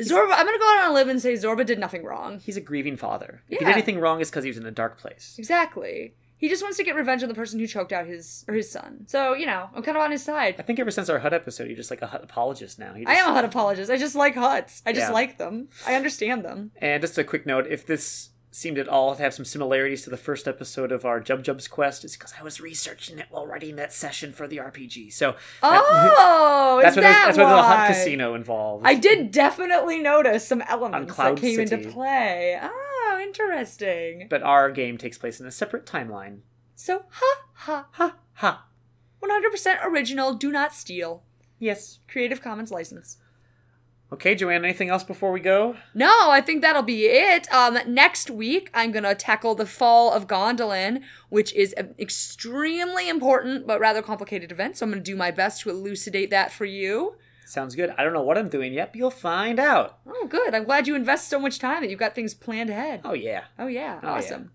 C: Zorba. I'm gonna go out on a limb and say Zorba did nothing wrong.
D: He's a grieving father. If he
C: Yeah.
D: did anything wrong, it's because he was in a dark place.
C: Exactly. He just wants to get revenge on the person who choked out his or his son. So you know, I'm kind of on his
D: I
C: side.
D: think ever since our Hut episode, you're just like a Hut apologist now. You
C: I
D: just-
C: am a hut apologist. I just like huts. I just
D: Yeah.
C: like them. I understand them.
D: And just a quick note if this seemed at all to have some similarities to the first episode of our Jub Jub's Quest, it's because I was researching it while writing that session for the RPG. So (laughs) that-
C: Oh, that's is
D: that's, what there's-
C: that
D: that's why there's a Hut
C: why?
D: casino involved.
C: I did definitely notice some elements that
D: Cloud
C: came into
D: City.
C: play. Oh, interesting.
D: But our game takes place in a separate timeline.
C: So, ha ha,
D: Ha ha.
C: 100% original. Do not steal.
D: Yes.
C: Creative Commons license.
D: Okay, Joanne, anything else before we go?
C: No, I think that'll be it. Um, next week, I'm gonna tackle the fall of Gondolin, which is an extremely important but rather complicated event. So I'm gonna do my best to elucidate that for you.
D: Sounds good. I don't know what I'm doing yet, but you'll find out.
C: Oh, good. I'm glad you invest so much time that you've got things planned ahead.
D: Oh, yeah.
C: Oh yeah,
D: Oh, yeah.
C: awesome.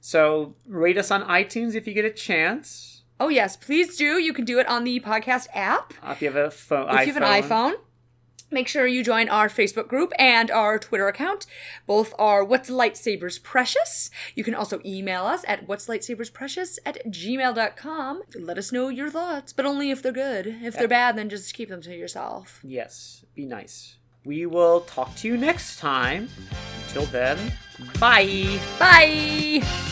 D: So rate us on iTunes if you get a chance.
C: Oh yes, please do. You can do it on the podcast app.
D: Uh, if you have a phone,
C: If you have an iPhone, make sure you join our Facebook group and our Twitter account. Both are What's Lightsabers Precious. You can also email us at What's Lightsabers Precious at gmail.com. Let us know your thoughts, but only if they're good. If they're bad, then just keep them to yourself.
D: yes, be nice. We will talk to you next time. Until then, bye.
C: Bye!